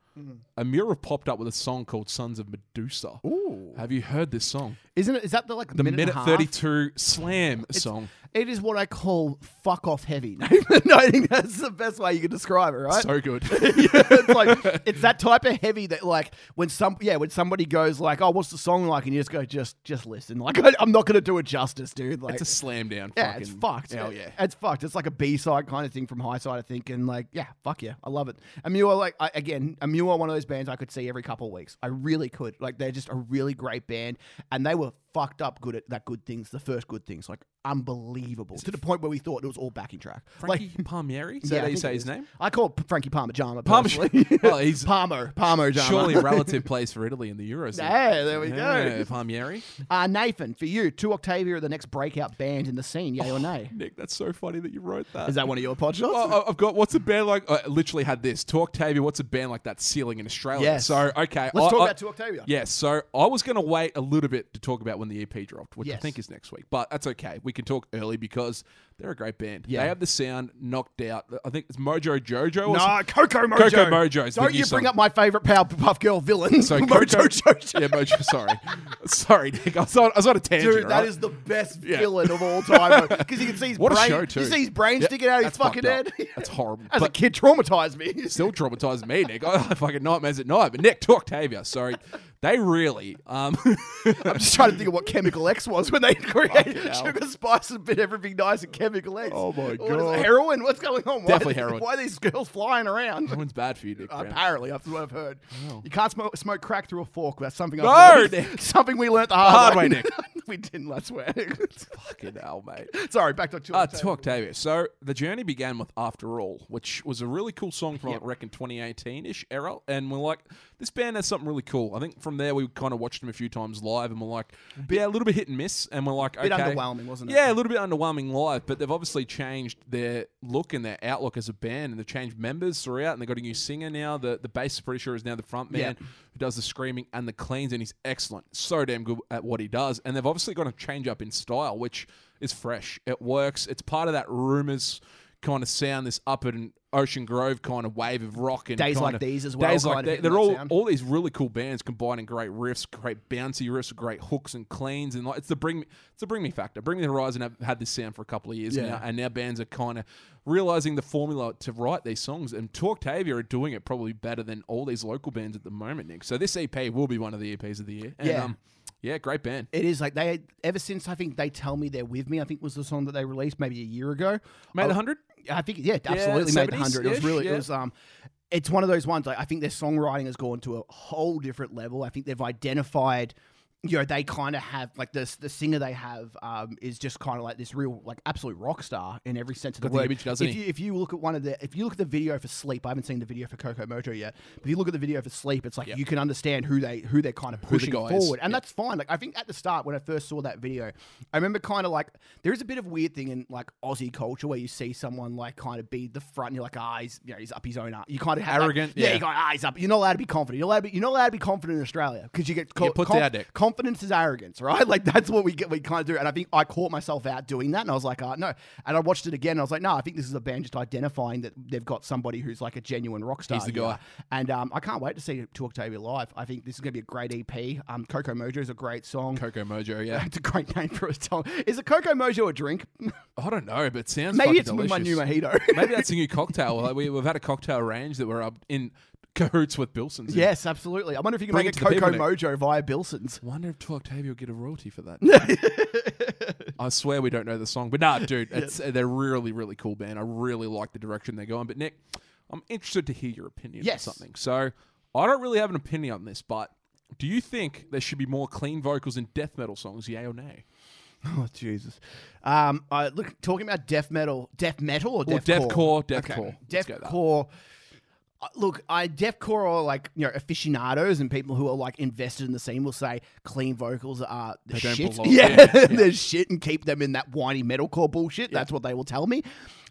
Amira popped up with a song called "Sons of Medusa."
Ooh.
Have you heard this song?
Isn't it? Is that the like
The
minute, and
minute,
a half?
thirty-two slam song.
It is what I call fuck off heavy. Nathan. I think that's the best way you can describe it, right?
So good.
yeah, it's like it's that type of heavy that like when some yeah when somebody goes like oh what's the song like and you just go just just listen like I, I'm not gonna do it justice, dude. Like
it's a slam down.
yeah,
fucking,
it's fucked.
Hell
It-
yeah.
it's fucked. It's like a B side kind of thing from High Side, I think. And like, yeah, fuck yeah, I love it. Amua, like I, again, Amua, one of those bands I could see every couple of weeks. I really could. Like, they're just a really great band, and they were fucked up good at that good things, the first good things, like unbelievable to the point where we thought it was all backing track.
Frankie
like,
Palmieri. Is that
Yeah,
how
I
you
think
say
it
his
is.
name?
I call P- Frankie Parmigiana.
Parma-
Parmigiana.
Oh, he's-
Palmer. Palmer.
Surely a relative plays for Italy in the Euros.
Hey, there we
Yeah,
go.
Palmieri.
Uh, Nathan, for you, two Octavia are the next breakout band in the scene. Yay or nay?
Nick, that's so funny that you wrote that.
Is that one of your pod shots?
Oh, I- I've got what's a band like? I literally had this. To Octavia, what's a band like that ceiling in Australia?
Yes.
So okay,
Let's
I-
talk
I-
about Two Octavia.
Yeah, so I was going to wait a little bit to talk about when the EP dropped, which I
Yes.
think is next week, but that's okay. We can talk early because they're a great band.
Yeah.
They have the sound knocked out. I think it's Mojo Jojo. Or
Nah,
something.
Uh, Coco Mojo.
Coco Mojo is the
Don't
new
you bring
song.
up my favorite Powerpuff Girl villain,
So
Mojo
Coco-
Jojo.
Yeah, Mojo. Sorry, sorry, Nick. I was on, I was on a tangent.
Dude, that
right?
is the best
Yeah.
villain of all time because you can see his
what
brain.
a show too.
You see his brain
Yeah,
sticking out of his
that's fucked
fucking
up.
head.
That's horrible.
As
But-
a kid, traumatized me.
still traumatized me, Nick. Oh, I have fucking nightmares at night. But Nick, to Octavia, sorry, they really. Um,
I'm just trying to think of what Chemical X was when they created
hell.
sugar spice and bit everything nice and Chemical X.
Oh my
What is it,
God.
heroin? What's going on? Why
Definitely
are they-
heroin.
Why are these girls flying around?
one's bad for you,
Uh,
Nick. Brown.
Apparently, that's what I've heard. You can't smoke, smoke crack through a fork. That's something
No,
I've learned.
Nick.
Something we learnt the hard,
hard way, Nick.
we didn't, I swear.
Fucking hell, mate.
Sorry, back to
Uh, to Octavia. So the journey began with "After All," which was a really cool song from I reckon 2018-ish era, and we're like, this band has something really cool. I think from there we kind of watched them a few times live, and we're like, yeah, a little bit hit and miss, and we're like,
bit
okay,
underwhelming, wasn't it?
Yeah, a little bit underwhelming live, but they've obviously changed their look and their outlook as a band, and they've changed members throughout, and they've got a new singer now. The the bass, pretty sure, is now the front man
Yeah.
who does the screaming and the cleans, and he's excellent, so damn good at what he does. And they've obviously got a change up in style, which is fresh. It works. It's part of that rumors kind of sound, this up and Ocean Grove kind of wave of rock and
Days
kind
Like
of-
These as well,
Days
kind
like
of
that.
in
They're
that
all
sound.
all these really cool bands combining great riffs, great bouncy riffs, great hooks and cleans, and like it's the bring me, it's the bring me factor. Bring Me the Horizon have had this sound for a couple of years
Yeah.
now, and now bands are kind of realizing the formula to write these songs. And Torktavia are doing it probably better than all these local bands at the moment, Nick. So this EP will be one of the EPs of the year. And,
Yeah.
um, yeah, great band.
It is like they ever since I think they tell me they're with me. I think was the song that they released maybe a year ago.
Made
I-
the hundred.
I think yeah, it absolutely made the hundred. It was
70s-ish,
really it
yeah.
was um, it's one of those ones. Like, I think their songwriting has gone to a whole different level. I think they've identified. You know, they kind of have like this. The singer they have um, is just kind of like this real, like absolute rock star in every sense of the
Got the
word.
image, doesn't
if
he?
you if you look at one of the if you look at the video for Sleep, I haven't seen the video for Coco Mojo yet. But if you look at the video for Sleep, it's like you can understand who they who they're kind of pushing
guy is.
forward, and that's fine. Like I think at the start when I first saw that video, I remember kind of like there is a bit of weird thing in like Aussie culture where you see someone like kind of be the front, and you're like, ah, he's you know he's up his own ass. You kind of have, like-
Arrogant,
yeah.
yeah.
You go, ah, he's up. You're not allowed to be confident. You're allowed to be, you're not allowed to be confident in Australia because you get co-
Yeah, put down, Nick.
confidence is arrogance, right? Like that's what we get. We kind of do, and I think I caught myself out doing that, and I was like, ah, no. And I watched it again, and I was like, no, I think this is a band just identifying that they've got somebody who's like a genuine rock star.
He's the
here.
guy.
and um, I can't wait to see to Octavia live. I think this is going to be a great EP. Um, Coco Mojo is a great song.
Coco Mojo, yeah.
it's a great name for a song. Is a Coco Mojo a drink?
I don't know, but it sounds
Maybe
fucking
it's with my
delicious.
new mojito.
Maybe that's a new cocktail. Like we, we've had a cocktail range that we're up in cahoots with Bilson's. in.
Yes, absolutely. I wonder if you can
Bring
make
it
a
to the
Coco
people,
Mojo via Bilson's.
Wonder if Two Octavia will get a royalty for that. I swear we don't know the song, but nah, dude, it's, they're really, really cool band. I really like the direction they're going. But Nick, I'm interested to hear your opinion
Yes.
on something. So I don't really have an opinion on this, but do you think there should be more clean vocals in death metal songs? Yay or nay?
Oh Jesus! Um, I look talking about death metal, death metal or
Well,
death,
deathcore, deathcore. Let's go with that.
deathcore. uh, Look, I deathcore or like you know aficionados and people who are like invested in the scene will say clean vocals are the
don't
shit.
belong.
Yeah,
Yeah, yeah.
they're shit and keep them in that whiny metalcore bullshit. That's what they will tell me.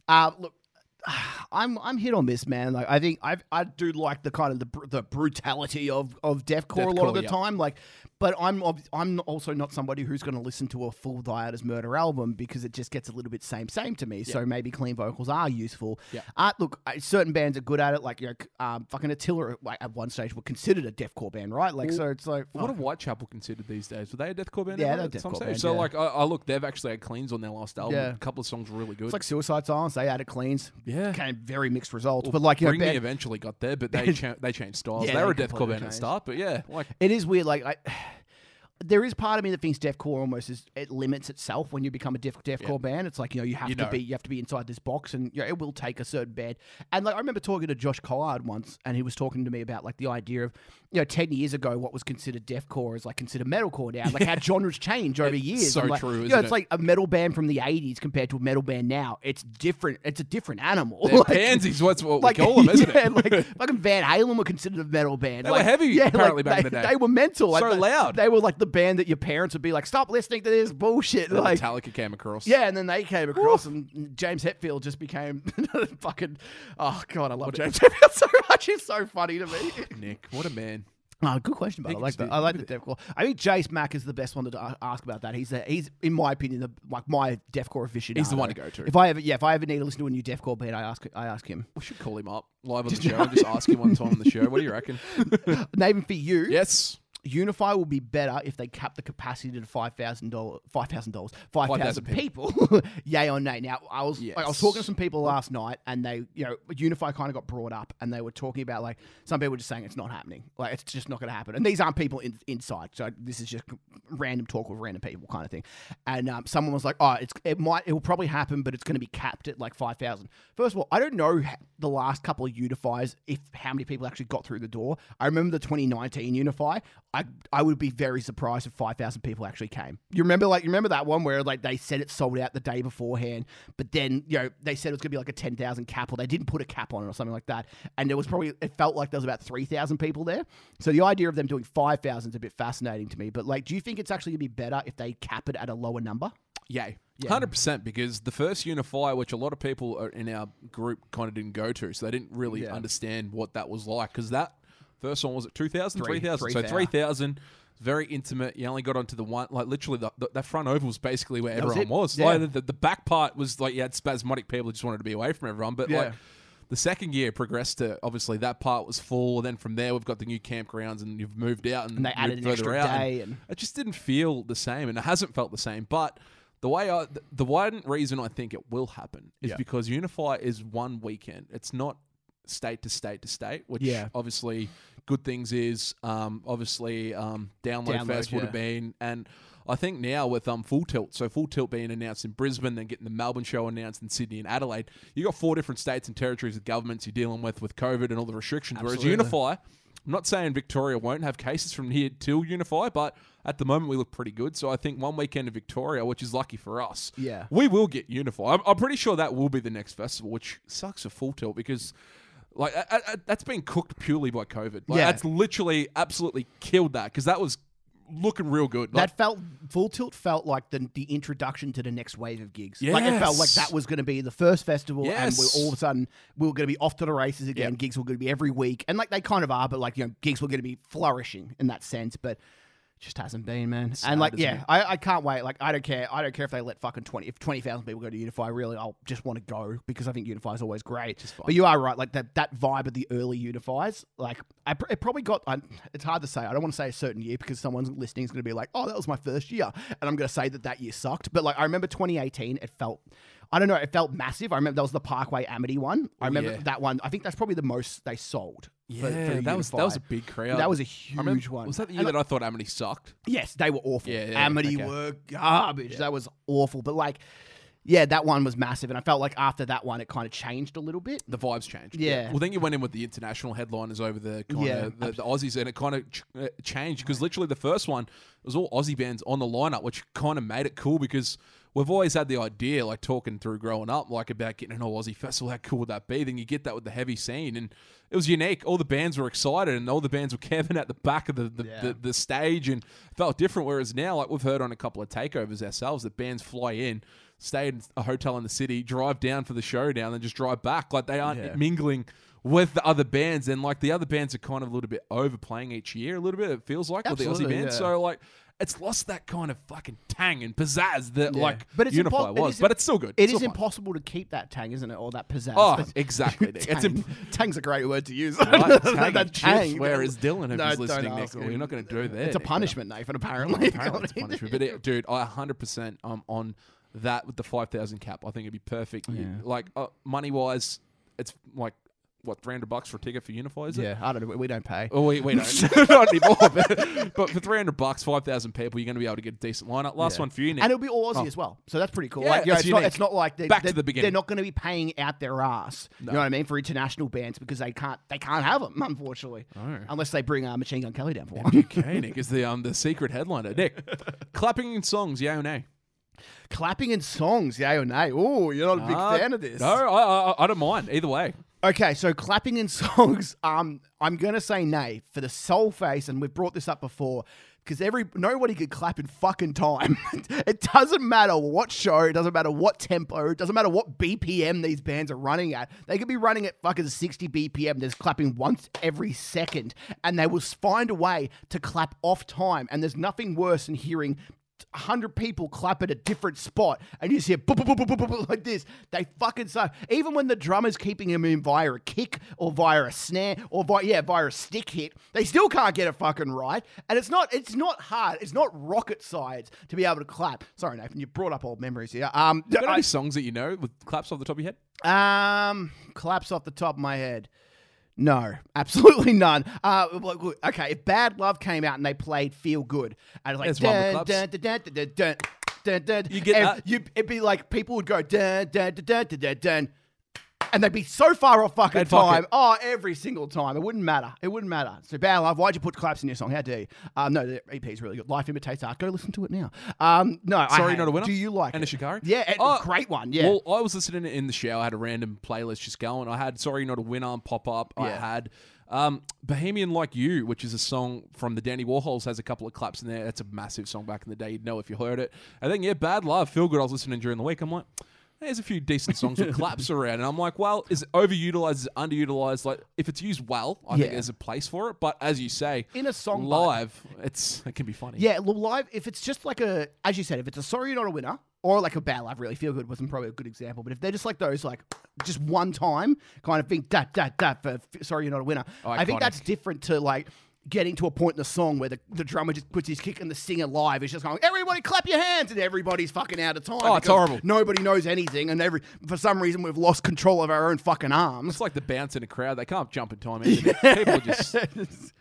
Uh, look, I'm I'm hit on this man. Like I think I I do like the kind of the, br- the brutality of of deathcore a lot of
Deathcore,
the
yeah.
time. Like, but I'm ob- I'm also not somebody who's going to listen to a full Died as Murder album because it just gets a little bit same same to me. So maybe clean vocals are useful.
Yeah.
Uh, look, I, certain bands are good at it. Like you know, c- um, fucking Attila like at one stage were considered a deathcore band, right? Like, so it's like
What
oh,
are Whitechapel considered these days? Were they a deathcore band?
Yeah,
ever
they're a
at some
deathcore
stage?
band,
So
yeah.
like, I, I look, they've actually had cleans on their last album.
Yeah.
A couple of songs really good.
it's like Suicide Silence. They added cleans.
Yeah.
Kind of very mixed results. but like you know,
Bring
band-
Me eventually got there, but they cha- they changed styles.
Yeah,
they were a
they
deathcore
completely
band at the
changed.
start, but yeah, like
It is weird. Like I, there is part of me that thinks deathcore almost is it limits itself when you become a deaf, deathcore band. It's like you know you have
You
to
know.
be you have to be inside this box, and you know, it will take a certain band. And like I remember talking to Josh Collard once, and he was talking to me about like the idea of you know ten years ago what was considered deathcore is like considered metalcore now. Like how genres change over years.
so
I'm like,
true,
you know,
isn't
it's
it?
like a metal band from the '80s compared to a metal band now. It's different. It's a different animal.
they're
Like-
pansies. What's what we call them, isn't
yeah,
it?
like fucking Van Halen were considered a metal band.
They were
like,
heavy,
yeah,
apparently,
like,
back in
they,
the day.
They were mental, like,
So
they-
loud.
They were like the band that your parents would be like, "Stop listening to this bullshit." Like,
Metallica came across.
yeah, and then they came across, and James Hetfield just became fucking. Oh god, I love James Hetfield so much. He's so funny to me.
Nick, what a man.
Oh, good question, but I
can
like
just
that.
do-
I like the deathcore. I think Jace Mack is the best one to a- ask about that. He's a, he's in my opinion the like my deathcore aficionado.
He's the one to go to.
If I ever yeah, if I ever need to listen to a new deathcore beat, I ask I ask him.
We should call him up live on the show and just ask him one time on the show. What do you reckon?
Name for you.
yes,
Unify will be better if they cap the capacity to five thousand dollars, five thousand dollars, five
5,000
thousand people. Yay or nay? Now I was I was talking to
Yes.
some people last night, and they you know Unify kind of got brought up, and they were talking about like some people were just saying it's not happening, like it's just not going to happen. And these aren't people in, inside, so this is just random talk with random people kind of thing. And um, someone was like, "Oh, it's it might it will probably happen, but it's going to be capped at like 5,000. First of all, I don't know h- the last couple of Unifies if how many people actually got through the door. I remember the 2019 Unify. I I would be very surprised if 5,000 people actually came. You remember like you remember that one where like they said it sold out the day beforehand, but then you know they said it was going to be like a 10,000 cap or they didn't put a cap on it or something like that. And there was probably it felt like there was about 3,000 people there. So the idea of them doing 5,000 is a bit fascinating to me, but like do you think it's actually going to be better if they cap it at a lower number?
yay. Hundred percent, because the first Unify, which a lot of people are in our group kind of didn't go to, so they didn't really
Yeah.
understand what that was like. Because that first one was at 2,000?
Three-
3,000. So
3,000.
three thousand, very intimate. You only got onto the one, like literally the, the that front oval was basically where
was
everyone
it.
was.
Yeah.
Like the, the, the back part was like you had spasmodic people who just wanted to be away from everyone, but like.
Yeah.
The second year progressed to obviously that part was full, and then from there we've got the new campgrounds, and you've moved out and,
And they
moved
added an
further
extra
out, and-
day and-
it just didn't feel the same, and it hasn't felt the same. But the way I, th- the one reason I think it will happen is
Yeah.
because Unify is one weekend. It's not state to state to state, which
Yeah.
obviously good things is. Um, obviously, um, Download,
Download,
Fest would have
yeah.
been, and I think now with um Full Tilt, so Full Tilt being announced in Brisbane, then getting the Melbourne show announced in Sydney and Adelaide, you got four different states and territories with governments you're dealing with with COVID and all the restrictions.
Absolutely.
Whereas Unify. Unify. I'm not saying Victoria won't have cases from here till Unify, but at the moment we look pretty good. So I think one weekend in Victoria, which is lucky for us,
Yeah.
we will get Unify. I'm, I'm pretty sure that will be the next festival, which sucks for Full Tilt because. Like I, I, that's been cooked purely by COVID. Like,
Yeah.
that's literally absolutely killed that because that was looking real good. Like,
That felt full tilt felt like the the introduction to the next wave of gigs. Like it felt like
Yes.
that was going to be the first festival, and
Yes.
we're all of a sudden we were going to be off to the races again.
Yep.
Gigs were going to be every week, and like they kind of are, but like you know, gigs were going to be flourishing in that sense, but. it Just hasn't been, man. and like,
isn't
yeah, I, I can't wait. Like, I don't care. I don't care if they let fucking twenty, if twenty thousand people go to Unify. Really, I'll just want to go because I think Unify is always great. But you are right. Like that, that vibe of the early Unifies. Like, I pr- it probably got. I, it's hard to say. I don't want to say a certain year because someone's listening is going to be like, "Oh, that was my first year," and I'm going to say that that year sucked. But like, I remember 2018. It felt. I don't know. It felt massive. I remember that was the Parkway Amity one. I remember
Oh, yeah.
that one. I think that's probably the most they sold. for- for
yeah, that was that was a
Unify.
big crowd.
That was a
I remember-
huge one.
Was that the year
And
that I thought Amity sucked?
Yes, they were awful.
Yeah, yeah,
Amity
okay.
were garbage. That was awful. But like, yeah, that one was massive, and I felt like after that one, it kind of changed a little bit.
The vibes changed.
Yeah.
Well, then you went in with the international headliners over the kind
Yeah,
of the, the Aussies, and it kind of ch- uh, changed because literally the first one it was all Aussie bands on the lineup, which kind of made it cool because we've always had the idea, like talking through growing up, like about getting an all Aussie festival. How cool would that be? Then you get that with the heavy scene, and it was unique. All the bands were excited, and all the bands were camping at the back of the the,
Yeah.
the the stage, and felt different. Whereas now, like we've heard on a couple of takeovers ourselves, that bands fly in. Stay in a hotel in the city, drive down for the show down, then just drive back. Like they aren't
Yeah.
mingling with the other bands, and like the other bands are kind of a little bit overplaying each year, a little bit. It feels like with the Aussie
Absolutely,
bands.
yeah.
So like, it's lost that kind of fucking tang and pizzazz that
Yeah.
like
But it's
Unify
impo- it
was.
is-
but it's still good.
It
It's
is
still fun.
impossible to keep that tang, isn't it? Or that pizzazz.
Oh,
That's-
exactly. Nick. it's
tang.
imp-
Tang's a great word to use.
Right, tang
That
and chips. Where is Dylan if
No,
he's
don't
listening, Nick?
ask
Well,
me.
You're not going to do that.
It's a
Nick, but-
punishment, Nathan. Apparently,
Apparently it's punishment. But it, dude, I 100% um, on that with the 5,000 cap. I think it'd be perfect. You-
Yeah.
Like, uh, money wise, it's like, what, 300 bucks for a ticket for Unify, is it?
yeah, I don't know. We- We don't pay.
Oh, we, we don't. Not anymore. But, but for 300 bucks, 5,000 people, you're going to be able to get a decent lineup. Last
Yeah.
one for you, Nick.
And it'll be all Aussie as well. So that's pretty cool.
Oh. Yeah,
like, you know,
that's
it's, not,
unique.
it's not like they,
Back to
they're,
the beginning.
They're not going to be paying out their ass. You know what I mean? For international bands because they can't they can't have them, unfortunately.
Oh.
Unless they bring uh, Machine Gun Kelly down for one.
okay, Nick is the um the secret headliner. Nick, clapping in songs, yeah or nay?
Clapping in songs, yay or nay? Oh, you're not a big
Uh,
fan of this.
No, I, I I don't mind either way.
Okay, so clapping in songs. Um, I'm gonna say nay for the soul face, and we've brought this up before because every nobody could clap in fucking time. it doesn't matter what show, it doesn't matter what tempo, it doesn't matter what BPM these bands are running at. They could be running at fucking 60 BPM. There's clapping once every second, and they will find a way to clap off time. And there's nothing worse than hearing 100 people clap at a different spot and you just hear boop, boop, boop, boop, boop, boop, boop, like this. They fucking suck. Even when the drummer's keeping him in via a kick or via a snare or via, yeah, via a stick hit, they still can't get it fucking right. And it's not, it's not hard. It's not rocket science to be able to clap. Sorry, Nathan, you brought up old memories here. Um,
Got any songs that you know with claps off the top of your head?
um, collapse off the top of my head. No, absolutely none. Uh, well, good. okay, if Bad Love came out and they played Feel Good, and it's
There's
like
one with
dun, dun,
claps.
dun, dun, dun, dun, dun, dun,
You get uh,
and
that?
You, it'd be like people would go dun, dun, dun, dun, dun, dun, dun, and they'd be so far off fucking
They'd fuck
time.
it.
Oh, every single time. It wouldn't matter. It wouldn't matter. So Bad Love, why'd you put claps in your song? How dare you? Um, no, the EP is really good. Life imitates art. Go listen to it now. Um, no, I
Sorry,
hate
not a
it.
winner.
Do you like
Anna
it?
Shikari?
Yeah, and-
Oh,
great one. Yeah.
Well, I was listening in the shower. I had a random playlist just going. I had "Sorry Not a Winner" pop up. I
Yeah.
had um, "Bohemian Like You," which is a song from the Danny Warhols. Has a couple of claps in there. That's a massive song back in the day. You'd know if you heard it. And then yeah, "Bad Love," "Feel Good." I was listening during the week. I'm like. There's a few decent songs with claps around, and I'm like, well, is it overutilized? Is it underutilized? Like, if it's used well, I
Yeah.
think there's a place for it. But as you say,
In a song by-
live, it's it can be funny.
Yeah, l- live. If it's just like a, as you said, if it's a sorry you're not a winner or like a bad life, really feel good wasn't probably a good example. But if they're just like those, like just one time kind of thing, dat dat dat for f- sorry you're not a winner. I think
Oh, Iconic.
that's different to like getting to a point in the song where the, the drummer just puts his kick and the singer live is just going, everybody clap your hands and everybody's fucking out of time.
Oh, it's
because
horrible.
Nobody knows anything and every for some reason we've lost control of our own fucking arms.
It's like the bounce in a crowd. They can't jump in time. Either. People just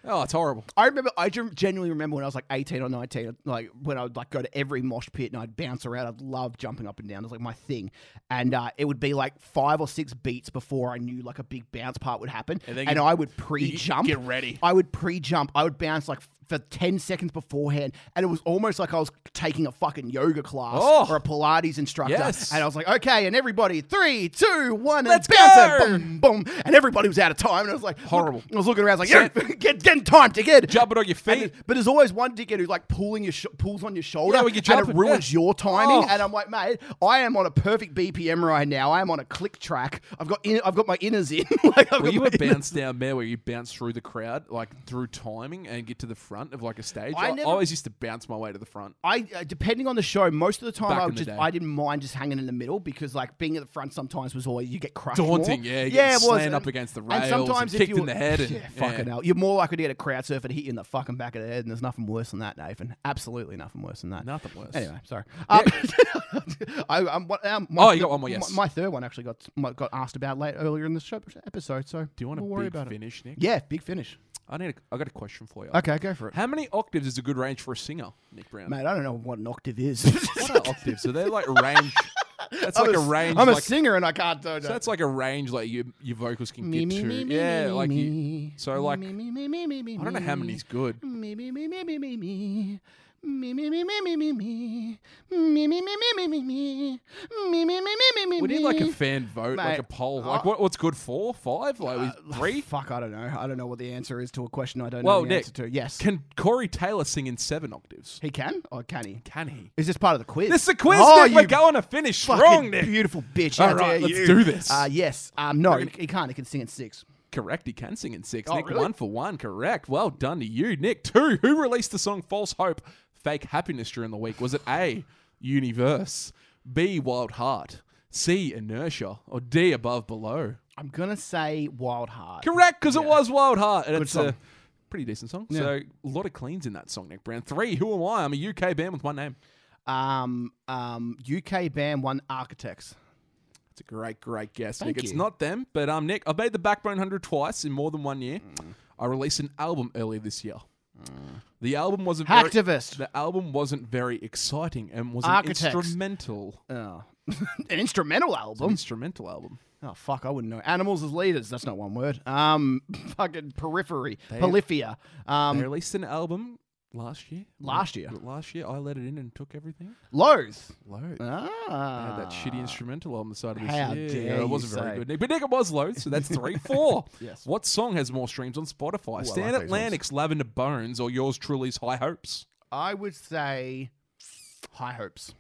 oh, it's horrible.
I remember, I gen- genuinely remember when I was like 18 or 19, like when I would like go to every mosh pit and I'd bounce around. I'd love jumping up and down. It was like my thing. And uh, it would be like five or six beats before I knew like a big bounce part would happen.
And
And,
then you-
I would pre jump.
get ready.
I would pre jump. I would bounce like for 10 seconds beforehand. And it was almost like I was taking a fucking yoga class
Oh.
or a Pilates instructor.
Yes.
And I was like, okay, and everybody, three, two, one,
Let's
and bounce
go.
and boom, boom. And everybody was out of time. And I was like, look-
Horrible.
I was looking around, I was like,
Set.
yeah, get, get in time, dickhead.
Jumping on your
And
feet.
it- but there's always one dickhead who like pulling your sh- pulls on your shoulder,
Yeah, when you're
and it
jumping,
ruins
yeah.
your timing.
Oh.
And I'm like, mate, I am on a perfect BPM right now. I am on a click track. I've got in- I've got my inners in. like, I've
Were
got
you
my
a bounce down there where you bounce through the crowd, like through timing, and get to the front of like a stage?
I
I, I
never-
always used to bounce my way to the front.
I uh, depending on the show, most of the time
Back
I
in
would
the
just
day.
I didn't mind just hanging in the middle because like being at the front sometimes was always you get crushed.
Daunting,
more.
yeah, you get
yeah, it was.
slammed
And-
up against the
and
rails
sometimes
and
if
kicked
you
in
were-
the head and-
yeah,
yeah.
fucking hell, you're more likely to get a crowd surfer to hit you in the fucking back of the head, and there's nothing worse than that, Nathan. Absolutely nothing worse than that.
Nothing worse.
Anyway, sorry. Um, I, um, what, um, my,
Oh, you got one more, yes.
My, my third one actually got my, got asked about late earlier in the show, episode. So
Do you want
we'll
a
worry
big
about it?
finish, Nick?
Yeah, big finish.
I need. A, I got a question for you.
Okay, go for it,
How many octaves is a good range for a singer, Nick Brown?
mate. I don't know what an octave is.
What are octaves? So they're like range. That's
I'm
like
a
a
s-
range.
I'm a
like,
singer and I can't do that.
so that's like a range like your your vocals can
Me,
get
me,
to.
me, me,
yeah,
me,
like you.
me.
so, like,
Me, me, me, me, me, me,
I don't know how many's good.
Me, me, me, me, me, me, me. Me, me, me, me, me, me, me. Me, me, me, me, me, me, me. Me, me, me, me, me, me,
We need like a
me.
fan vote,
Mate,
like a poll. Like
I- Uh,
what, what's good? Four, five, like we- three.
Fuck, I don't know. I don't know what the answer is to a question I don't
Well,
know the
Nick,
answer to. Yes.
Can Corey Taylor sing in seven octaves?
he can or can he?
Can he?
Is this part of the quiz?
This is a quiz,
Oh,
Nick. We're
you
going to finish
fucking
strong, Nick.
beautiful bitch.
All
How dare
right, let's
you.
do this.
Uh, yes. Um, no, he, he can't. He can sing at six.
Correct. He can sing in six.
Oh,
Nick,
really?
one for one. Correct. Well done to you, Nick. Two. Who released the song "False Hope," "Fake Happiness" during the week? Was it A. Universe, B. Wild Heart, C. Inertia, or D. Above Below?
I'm gonna say Wild Heart.
Correct, because it was Wild Heart, and it's
song.
a pretty decent song. So a lot of cleans in that song, Nick Brown. Three. Who am I? I'm a UK band with my name.
Um, um, UK band one Architects.
It's a great, great guess,
Thank
Nick. It's
you.
not them, but um, Nick, I made the Backbone Hundred twice in more than one year.
Mm.
I released an album earlier this year. The album wasn't very-
Hacktivist.
The album wasn't very exciting and was
Architects. Um.
an instrumental
Oh. An instrumental album.
instrumental album.
Oh fuck, I wouldn't know. Animals as leaders. That's not one word. Um, fucking periphery, polyphia.
They
Um,
released an album last year.
Last year?
Last year, I let it in and took everything.
loathe.
Low.
Ah,
had that shitty instrumental on the side of this.
How
yeah,
dare
it
you
wasn't very
say.
good, Nick. But Nick, it was low, so that's three, four.
Yes.
What song has more streams on Spotify?
I
Stan
like those
Atlantic's "Lavender Bones" or yours truly's "High Hopes"?
I would say high hopes.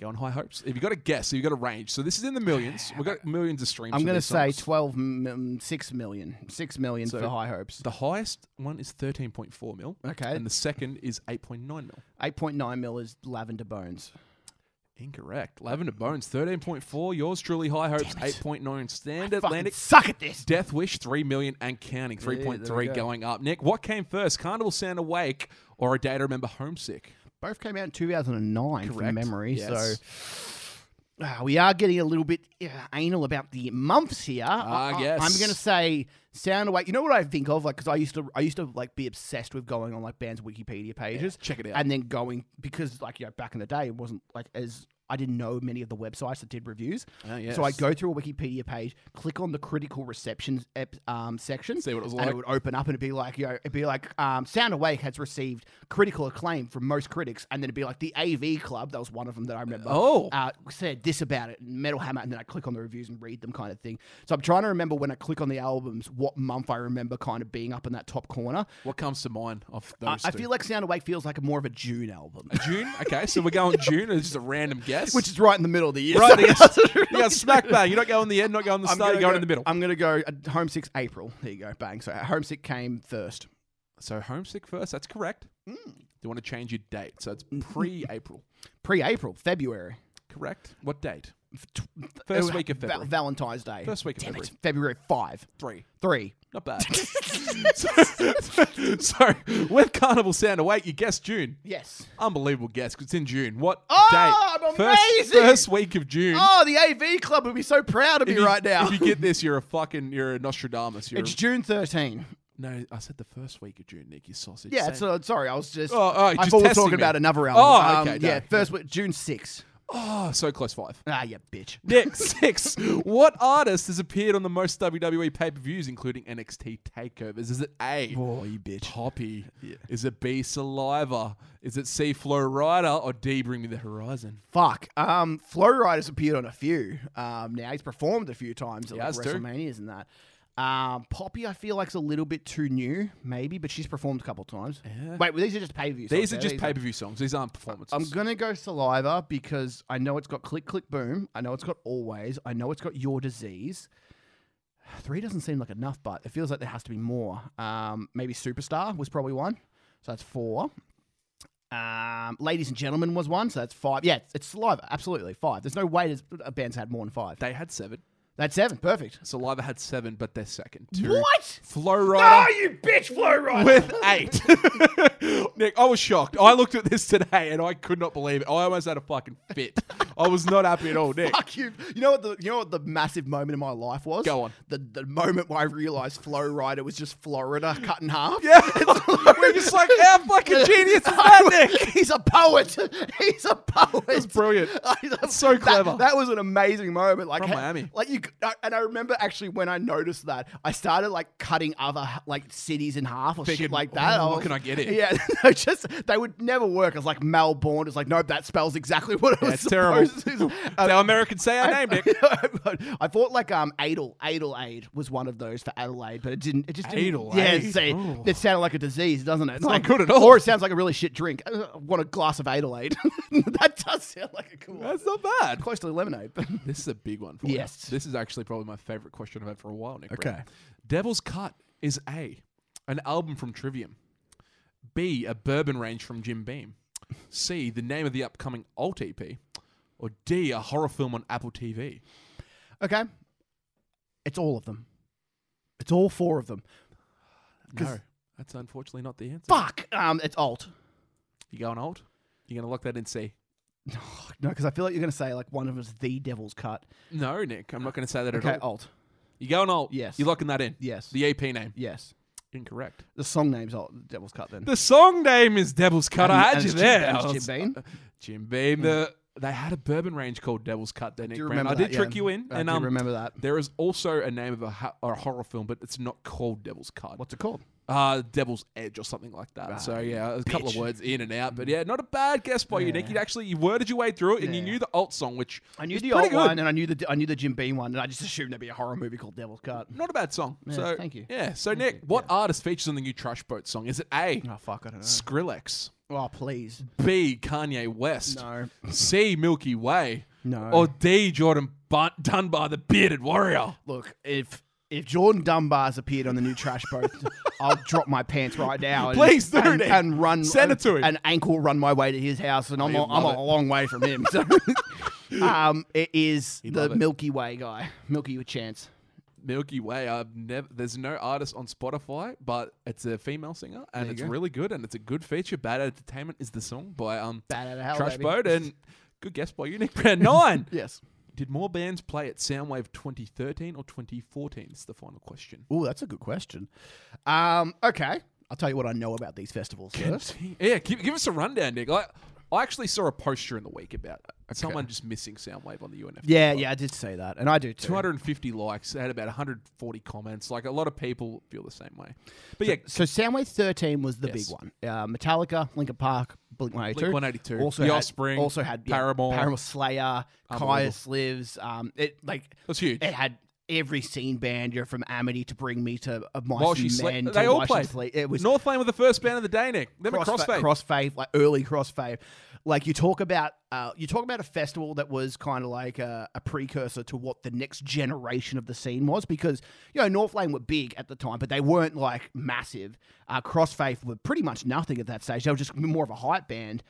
Go on, "High Hopes." If you got a guess, if you got a range, so this is in the millions. We've got millions of streams.
I'm
for
gonna
these
say
songs.
12, mm, 6 million. 6 million for high hopes.
the highest one is 13.4 mil.
Okay.
and the second is 8.9 mil.
8.9 mil is Lavender Bones.
Incorrect. Lavender Bones 13.4. Yours truly, High Hopes 8.9. Stand
Fucking
Atlantic
suck at this.
Death Wish, 3 million and counting,
there we
3.3
go.
going up. Nick, what came first, Carnival Sound Awake or A Day to Remember Homesick?
Both came out in 2009
Correct.
from memory.
Yes.
So uh, we are getting a little bit uh, anal about the months here.
Ah, yes.
I'm going to say Sound Awake. You know what I think of? Like, because I used to, I used to like be obsessed with going on like bands' Wikipedia pages.
check it out.
And then going because like you know back in the day it wasn't like as I didn't know many of the websites that did reviews.
Oh, yes.
So I go through a Wikipedia page, click on the critical reception ep- um, section,
See what it was
and
like.
it would open up and it'd be like, you know, it'd be like, um, Sound Awake has received critical acclaim from most critics, and then it'd be like the AV Club, that was one of them that I remember.
Oh.
uh, said this about it, and Metal Hammer, and then I click on the reviews and read them, kind of thing. So I'm trying to remember when I click on the albums, what month I remember kind of being up in that top corner.
What comes to mind of
I,
those
I
two?
feel like Sound Awake feels like a more of a June album,
June? Okay, so we're going June. It's just a random guess.
which is right in the middle of the year.
Right,
so
I
it
guess.
doesn't really
you got smack bang. You're not going the end, not going the start,
gonna
you're going
go-
in the middle.
I'm gonna go uh, homesick's April. There you go, bang. So homesick came first.
so Homesick first, that's correct.
Hmm.
Do you want to change your date? So it's pre April.
Pre-April, February,
Correct. What date?
Tw-
First
uh,
week of
Val-
February.
Valentine's Day.
First week of
Damn
February.
It, February five,
Three.
three.
Not bad. so, with Carnival Sound Awake, you guessed June.
Yes.
Unbelievable guess 'cause it's in June. What
Oh,
date?
I'm
First,
amazing!
first week of June.
Oh, the AV Club would be so proud of
If
me
you-
right now.
If you get this, you're a fucking you're a Nostradamus. You're
it's June 13.
a, no, I said the first week of June, Nick. You sausage.
Yeah,
Same-
it's, uh, sorry, I was just.
Oh, oh,
I
just
thought we were
testing
talking
me.
about another album.
Oh, okay,
Um,
no.
yeah, first week, June 6.
oh, so close five.
Ah, yeah, bitch.
Nick six. What artist has appeared on the most WWE pay per views, including NXT takeovers? Is it A.
Oh, you bitch.
Poppy? Is it B. Saliva? Is it C. Flow Rider or D. Bring Me the Horizon?
Fuck. Um, Flow Rider's appeared on a few. Um, now he's performed a few times at
He
like,
has too.
WrestleManias and that. Um, Poppy, I feel like's a little bit too new, maybe, but she's performed a couple times. Wait, well, these are just pay per view.
These are just pay per view songs. These aren't performances.
I'm gonna go Saliva because I know it's got Click Click Boom. I know it's got Always. I know it's got Your Disease. Three doesn't seem like enough, but it feels like there has to be more. Um, maybe Superstar was probably one, so that's four. Um, Ladies and Gentlemen was one, so that's five. Yeah, it's, it's Saliva, absolutely five. There's no way there's, a band's had more than five.
they had seven.
That's seven, perfect.
Saliva had seven, but they're second.
What?
Flow Rider
you bitch, Flow Rider.
with eight. Nick, I was shocked. I looked at this today and I could not believe it. I almost had a fucking fit. I was not happy at all, Nick.
Fuck you. You know what the you know what the massive moment in my life was?
Go on.
The the moment where I realized Flow Rider was just Florida cut in half.
Yeah. We're just like, how fucking fucking genius is that, Nick?
He's a poet. He's a poet.
That's brilliant.
I love-
That's so
that-
clever.
That, was an amazing moment. Like
From
ha-
Miami.
Like you, I- and I remember actually when I noticed that, I started like cutting other like cities in half or shit
Thinking,
like that.
"Oh,
I
what
was-
can I get here?"
Yeah, no, just they would never work. It's like Melbourne. It's like nope, that spells exactly what it was.
That's terrible.
supposed to.
That's how Americans say our name, Nick.
I thought like um Adel Adelaide was one of those for Adelaide, but it didn't. It just didn't,
Adelaide?
Yeah, see,
Ooh.
it sounded like a disease, doesn't it? It's
Not
like,
good at all.
Or it sounds like a really shit drink. Uh, I want a glass of Adelaide. that does sound like a cool.
That's not bad.
close to lemonade. but-
This is a big one for
Yes.
you. This is actually probably my favorite question I've had for a while, Nick.
Okay.
Brown. Devil's Cut is A, an album from Trivium. B, a bourbon range from Jim Beam. C, the name of the upcoming alt EP. Or D, a horror film on Apple TV.
okay, it's all of them. It's all four of them. 'Cause-
No, that's unfortunately not the answer.
Fuck. Um, it's alt.
You going alt? You're going to lock that in C?
No, because I feel like you're gonna say like one of them is the devil's cut.
No, Nick. I'm not going to say that
Okay,
at all.
alt.
You going alt?
Yes.
You're locking that in.
Yes.
The EP name.
yes.
Incorrect.
The song name's alt. Devil's cut. Then.
The song name is Devil's Cut. I
And-
had
and
you
it's Jim-
there.
and
I
it's
was-
Jim Beam.
Jim Beam. The they had a bourbon range called Devil's Cut. There, Nick
Mm. Do you
Brown.
remember?
I did
that, yeah.
trick you in,
I
and
do
um,
remember that.
there is also a name of a, ho- or a horror film, but it's not called Devil's Cut.
What's it called?
Uh, Devil's Edge or something like that. so yeah, a couple of
bitch. Mm.
words in and out, but yeah, not a bad guess by you, Nick. You actually you worded your way through it, and you
Yeah.
knew the alt song, which
I knew
is
the
pretty
old
good.
one, and I knew the I knew the Jim Beam one, and I just assumed there'd be a horror movie called Devil's Cut.
Not a bad song.
Yeah,
so
thank you.
Yeah. So Nick, what artist features on the new Trash Boat song? Is it A.
Oh fuck, I don't know.
Skrillex,
Oh please,
B. Kanye West,
no,
C. Milky Way,
no.
or D. Jordan Bun- Dunbar, the bearded warrior?
Look, if if Jordan Dunbar's appeared on the new Trash Boat, I'll drop my pants right now. And,
Please do,
and,
Nick.
and run
Send it to him.
and ankle run my way to his house, and I'm
he'd
a, I'm
love
a long way from him. So, um, it is the
love it.
Milky Way guy, Milky with Chance.
Milky Way. I've never. There's no artist on Spotify, but it's a female singer, and it's
go.
really good, and it's a good feature. Bad Entertainment is the song by um
Bad out of hell,
Trash
baby.
Boat, and good guess by you, Nick Brown. Nine.
Yes.
Did more bands play at Soundwave 2013 or 2014? It's the final question.
Oh, that's a good question. Um, okay, I'll tell you what I know about these festivals first.
Yeah, give, give us a rundown, Nick. I, I actually saw a post during the week about someone just missing Soundwave on the UNF.
Yeah, yeah, I did say that, and I do too.
250 likes. They had about 140 comments. Like a lot of people feel the same way. But yeah,
So Soundwave 13 was the
Yes.
big one. Uh, Metallica, Linkin Park, Blink 182.
Blink-182,
Also
The
had,
Offspring,
Also had yeah,
Paramore.
Paramore Slayer,
Unbelievable.
Caius Lives. Um, it like
that's huge.
it had every scene band you're from Amity to Bring Me to a Mice
While
and
she
Men
slept,
to
they all
While She
played.
Slept. It was
North Lane were the first band of the day, Nick. Then
crossfade,
Crossfade.
crossfade, like early crossfade. Like you talk about, uh, you talk about a festival that was kind of like a, a precursor to what the next generation of the scene was, because you know North Lane were big at the time, but they weren't like massive. Uh, crossfade were pretty much nothing at that stage; they were just more of a hype band.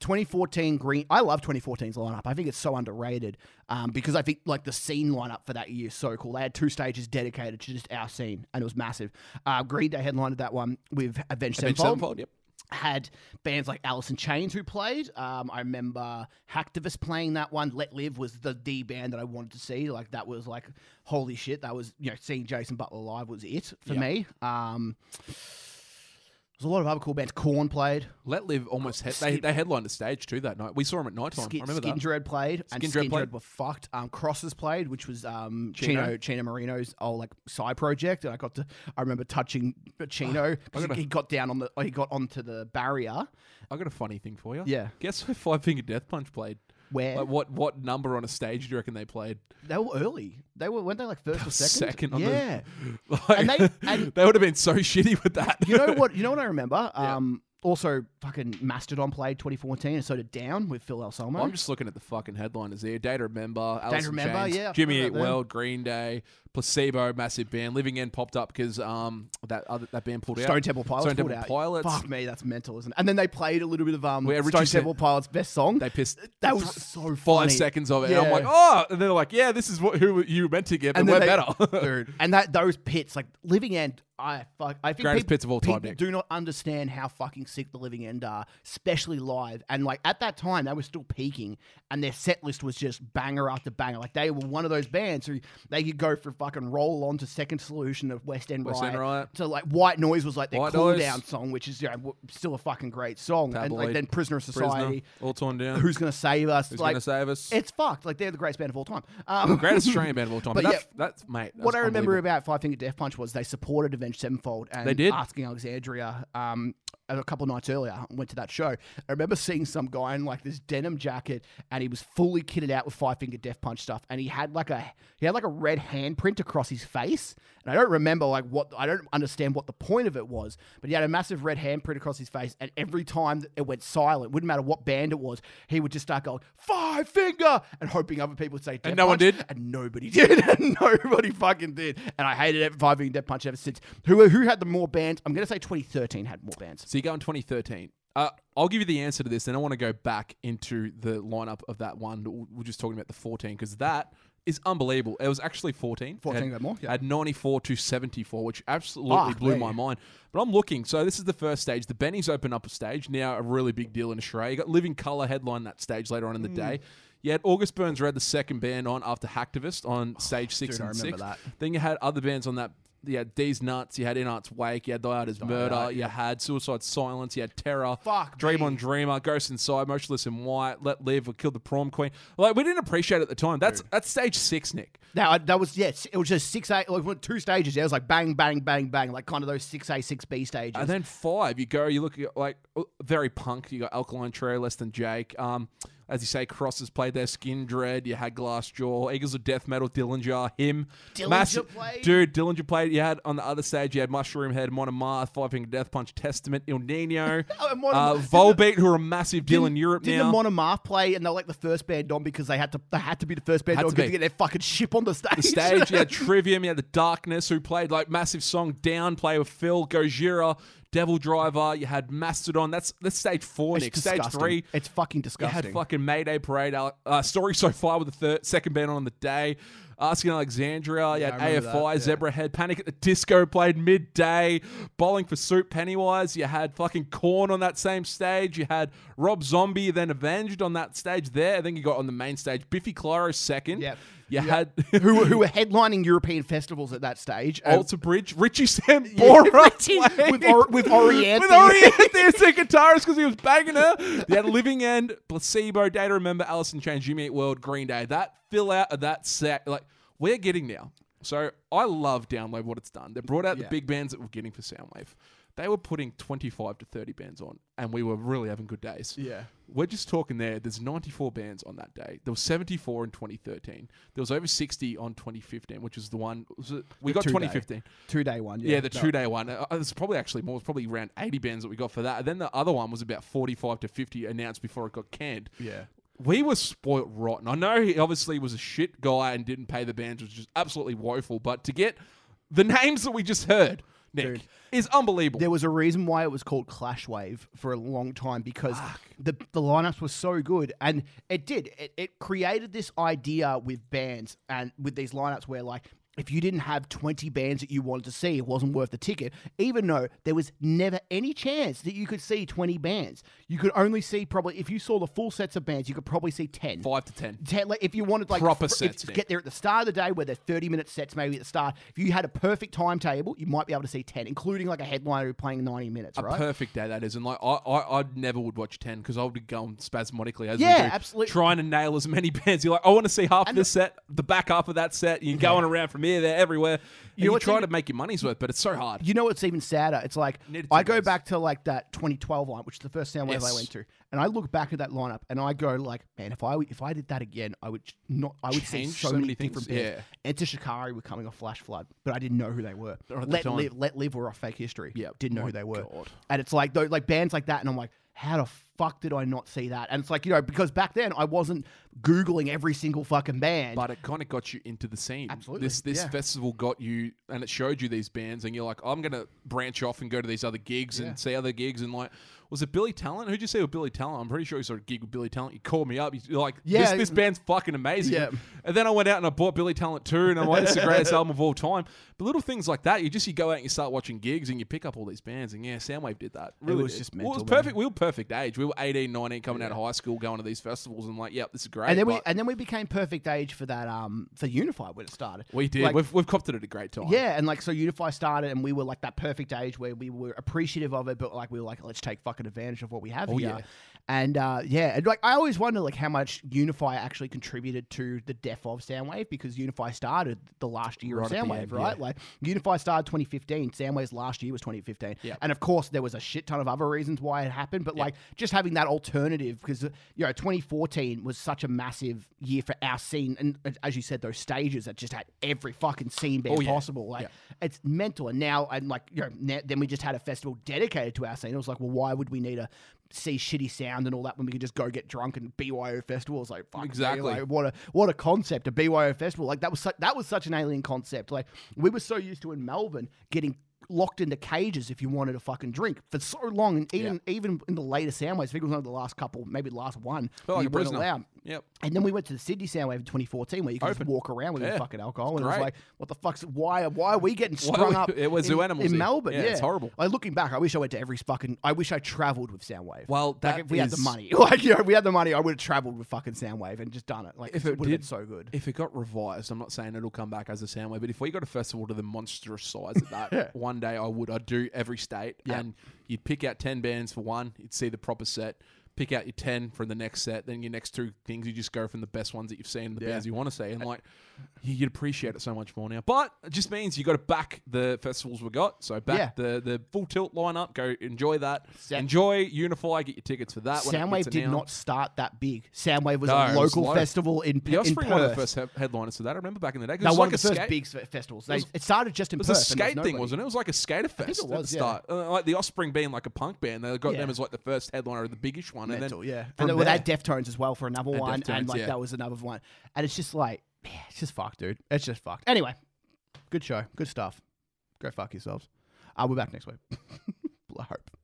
2014 Green. I love 2014's lineup. I think it's so underrated um, because I think like the scene lineup for that year is so cool. They had two stages dedicated to just our scene, and it was massive. Uh, Green Day headlined that one with Avenged
Avenged
Sevenfold
Sevenfold, yep.
had bands like Alice in Chains who played. Um, I remember Hacktivist playing that one. Let Live was the D band that I wanted to see. Like that was like holy shit. That was you know seeing Jason Butler live was it for
Yeah.
me. Um, there's a lot of other cool bands. Corn played.
Let Live almost he- they, they headlined the stage too that night. We saw them at night time.
Skin,
I remember
Skin
that.
Dread played, and Skin,
Skin Dread
Dread,
played.
were fucked. Um, Crosses played, which was um,
Chino.
Chino. Chino Marino's old like side project, and I got to I remember touching Chino because
Oh, gotta-
he got down on the he got onto the barrier.
I got a funny thing for you.
Yeah.
Guess where Five Finger Death Punch played?
Where
Like what what number on a stage do you reckon they played?
They were early. They were weren't they like first or second?
on
yeah.
the like,
And they- and-
they would have been so shitty with that.
you know what? You know what I remember? Um, also fucking Mastodon played 2014, and so did Down with Phil Elsomo.
I'm just looking at the fucking headliners there. Data Remember, Alice in
Remember,
Chains,
yeah, I've
Jimmy
heard
Eat
about them.
World, Green Day, Placebo, massive band. Living End popped up because um that other that band pulled out.
Stone Temple Pilots.
Stone
pulled
Temple
out.
Pilots.
Fuck me, that's mental, isn't it? And then they played a little bit of um
Where Richie
Stone
said-
Temple Pilots' best song.
They pissed.
that was so
five
funny.
seconds of it. And I'm
Yeah.
like, oh, and they're like, yeah, this is what who you were meant to get, but we're
then they-
better.
dude. And that those pits, like Living End, I fuck. I think
Greatest
peop-
pits of all time,
people
Nick.
do not understand how fucking sick the Living End are, especially live. And like at that time, they were still peaking, and their set list was just banger after banger. Like they were one of those bands who they could go for fucking roll on to Second Solution of West End
West
Riot.
End Riot.
So like White Noise was like their
White
cool
Noise.
down song, which is you know, w- still a fucking great song. And like
Tabloid.
then Prisoner of
Prisoner,
Society,
all torn down.
Who's gonna save us?
Who's
like
gonna save us?
it's fucked. Like they're the greatest band of all time. Um,
Greatest Australian band of all time.
But
But,
yeah,
that's, that's mate. That's
what I remember
unbelievable.
about Five Finger Death Punch was they supported Avenged Sevenfold and
They did.
asking Alexandria um, a couple nights earlier. I went to that show. I remember seeing some guy in like this denim jacket and he was fully kitted out with Five Finger Death Punch stuff and he had like a he had like a red handprint across his face and I don't remember like what I don't understand what the point of it was, but he had a massive red handprint across his face and every time that it went silent, wouldn't matter what band it was, he would just start going Five Finger and hoping other people would say Death
And no one
Punch
did?
and nobody did, and nobody fucking did, and I hated it. Five Finger Death Punch ever since. Who who had the more bands? I'm gonna say 2013 had more bands.
So you go in 2013. Uh, I'll give you the answer to this, then I want to go back into the lineup of that one. We are just talking about the 14 because that is unbelievable. It was actually 14.
14
Had-
got more, yeah.
Had 94 to 74, which absolutely
Ah,
blew
there
my
you-
mind. But I'm looking. So this is the first stage. The Bennies open up a stage now, a really big deal in Australia. You got Living Color headline that stage later on in the
Hmm.
day. You had August Burns Red, the second band on after Hacktivist on stage
Oh,
six
dude, I
and
remember
six.
that.
Then you had other bands on that. You had D's Nuts, you had In Art's Wake, you had Die Out as Murder, you had Suicide Silence, you had Terror,
Fuck
Dream
me.
on Dreamer, Ghost Inside, Motionless in White, Let Live, or Kill the Prom Queen. Like, we didn't appreciate it at the time. That's that's stage six, Nick.
Now that was yes, it was just six A, like well, two stages. Yeah, it was like bang, bang, bang, bang, like kind of those six A, six B stages.
And then five, you go, you look at, like uh, very punk. You got Alkaline Trio, Less Than Jake. Um, as you say, Cross has played their Skin Dread. You had Glass Jaw, Eagles of Death Metal, Dillinger, him.
Dillinger played?
dude. Dillinger played. You had on the other stage, you had Mushroom Head, Monomath, Five Finger Death Punch, Testament, Il Nino,
Oh, and
uh,
Monomath-
Volbeat, who are a massive deal in Europe
Didn't
now.
the Monomath play and they were like the first band on because they had to they had to be the first band
Had
on
to
because to
be.
get their fucking ship on the stage.
stage. You had Trivium, you had The Darkness, who played like massive song Down, play with Phil, Gojira, Devil Driver. You had Mastodon. That's that's stage four,
it's
Nick. Stage
disgusting.
three.
It's fucking
You had
disgusting.
fucking Mayday Parade. Ale- Uh, story so far with the third, second band on the day. Asking Alexandria. You
Yeah,
had
I remember
AFI,
that, yeah.
Zebra Head, Panic at the Disco played midday. Bowling for Soup, Pennywise. You had fucking Corn on that same stage. You had Rob Zombie, then Avenged on that stage there. Then you got on the main stage Biffy Clyro second.
Yep.
You had
who, who were headlining European festivals at that stage? Um,
Alter Bridge, Richie Sambora
Richie
played.
with Or- with Oriente.
with Oriente as their guitarist because he was banging her. They had Living End, Placebo, Day to Remember, Alice in Chains, You Meet World, Green Day. That fill out of that set, like we're getting now. So I love Download what it's done. They brought out
Yeah.
the big bands that we're getting for Soundwave. They were putting 25 to 30 bands on, and we were really having good days.
Yeah.
We're just talking there. There's 94 bands on that day. There was 74 in 2013. There was over 60 on 2015, which is the one was it- we got
two-day.
2015.
two day one. Yeah,
Yeah, the
No.
two day one. Uh, It's probably actually more. It's probably around 80 bands that we got for that. And then the other one was about 45 to 50 announced before it got canned.
Yeah.
We were spoilt rotten. I know he obviously was a shit guy and didn't pay the bands, which is absolutely woeful. But to get the names that we just heard, Nick,
Dude.
is unbelievable.
There was a reason why it was called Clash Wave for a long time because the the lineups were so good, and it did it, it created this idea with bands and with these lineups where like. If you didn't have 20 bands that you wanted to see, it wasn't worth the ticket, even though there was never any chance that you could see 20 bands. You could only see probably, if you saw the full sets of bands, you could probably see 10.
Five to 10.
Ten, like, if you wanted like
Proper
if-
sets, Nick.
get there at the start of the day where they're 30 minute sets maybe at the start if you had a perfect timetable you might be able to see 10 including like a headliner who's playing 90 minutes right
Perfect day that is, and like I, I, I never would watch ten because I would be going spasmodically as
Yeah,
we do,
absolutely.
trying to nail as many bands. You're like, I want to see half of this set, the back half of that set. You're going around from here, there, everywhere. You, you
what's
try
in-
to make your money's worth, but it's so hard.
you know what's even sadder? It's like
Knitted
I go
Timbers.
back to like that 2012 line, which is the first sound wave I
Yes.
went to, and I look back at that lineup and I go like, man, if I if I did that again, I would ch- not, I would see
Change
so,
so
many,
many
different
things,
bands. Enter Shikari were coming off Flash Flood, but I didn't know who they were.
at the
Let
time.
live, Let Live were off Fake History.
Yeah,
didn't know
my
who they were,
God.
and it's like though like bands like that, and I'm like. How the fuck did I not see that? And it's like, you know, because back then I wasn't Googling every single fucking band.
but it kind of got you into the scene.
Absolutely,
This this
yeah.
festival got you, and it showed you these bands, and you're like, I'm gonna branch off and go to these other gigs and see other gigs, and like, well, was it Billy Talent? Who'd you see with Billy Talent? I'm pretty sure you saw a gig with Billy Talent. You called me up. You're like, yeah,
Yeah.
this, this band's fucking amazing.
Yeah.
And then I went out and I bought Billy Talent 2, and I'm like, it's the greatest album of all time. But little things like that, you just you go out and you start watching gigs and you pick up all these bands. And yeah, Soundwave did that. Really
was
did.
just
Well, it was
mental, man.
perfect. We were perfect age. We were 18, 19, coming out of high school, going to these festivals, and like, yep, this is great.
And then we
but-
and then we became perfect age for that um for Unify when it started.
we did.
Like,
we've, we've copped it at a great time.
yeah, and like so Unify started and we were like that perfect age where we were appreciative of it, but like we were like, let's take fucking advantage of what we have here.
Oh, yeah.
And uh, yeah, and like I always wonder like how much Unify actually contributed to the death of Soundwave because Unify started the last year
Right
of
at the
Soundwave,
end,
right? Like Unify started 2015, Soundwave's last year was 2015,
Yep.
and of course there was a shit ton of other reasons why it happened, but like just having that alternative because you know 2014 was such a massive year for our scene, and uh, as you said, those stages that just had every fucking scene band
Oh, yeah.
possible, like it's mental. And now and like you know, now, then we just had a festival dedicated to our scene. It was like, well, why would we need to see shitty sound and all that when we could just go get drunk and BYO festival? It's like fuck me,
Exactly.
like, what a what a concept a BYO festival. Like that was su- that was such an alien concept. Like we were so used to in Melbourne getting. Locked into cages if you wanted a fucking drink for so long, and even even in the later Soundwaves, I think it was one of the last couple, maybe the last one.
Felt like
you
a
weren't
prisoner.
allowed.
Yep.
And then we went to the Sydney Soundwave in 2014, where you could just
Open.
walk around with your
Yeah.
fucking alcohol, and it was
Great.
like, what the fuck's why? Why are we getting
Why
strung
we-
up?
yeah, we're zoo
in,
animals
in
here.
Melbourne. Yeah,
Yeah, it's horrible.
Like looking back, I wish I went to every fucking. I wish I travelled with Soundwave.
Well, that
like if we had the
is-
money, like you know, if we had the money, I would have travelled with fucking Soundwave and just done it. Like
If
it,
it
would have been
did-
so good.
If it got revised, I'm not saying it'll come back as a soundwave, but if we got a festival to the monstrous size of that, one day I would. I'd do every state, and you'd pick out ten bands for one. You'd see the proper set. Pick out your ten for the next set. Then your next two things, you just go from the best ones that you've seen, and the bands you want to see, and like you- you'd appreciate it so much more now. But it just means you got to back the festivals we got. So back the the full tilt lineup. Go enjoy that.
Sa-
enjoy Unify. Get your tickets for that. when it
Soundwave
gets
did
announced.
not start that big. Soundwave was
No,
a
it was
local
low.
festival in, Pe-
Yeah,
in
Offspring were the
Perth.
first he- headliners to that. I remember back in the day. 'cause it
no,
was
one
like
of the
a
first
skate-
big s- festivals. They, it started just in
It was
Perth.
a
and there
skate
nobody.
thing, wasn't it? It was like a skater
it was,
fest at
yeah.
the start. Uh, like the Offspring being like a punk band, they got
Yeah.
them as like the first headliner, the biggish one,
Mental,
and then
yeah.
from
And well,
there-
that Deftones as well for another one, and
Deftones,
like
yeah.
that was another one. And it's just like, yeah, it's just fucked, dude. It's just fucked. Anyway, good show, good stuff. Go fuck yourselves. Uh, we're back next week. I hope.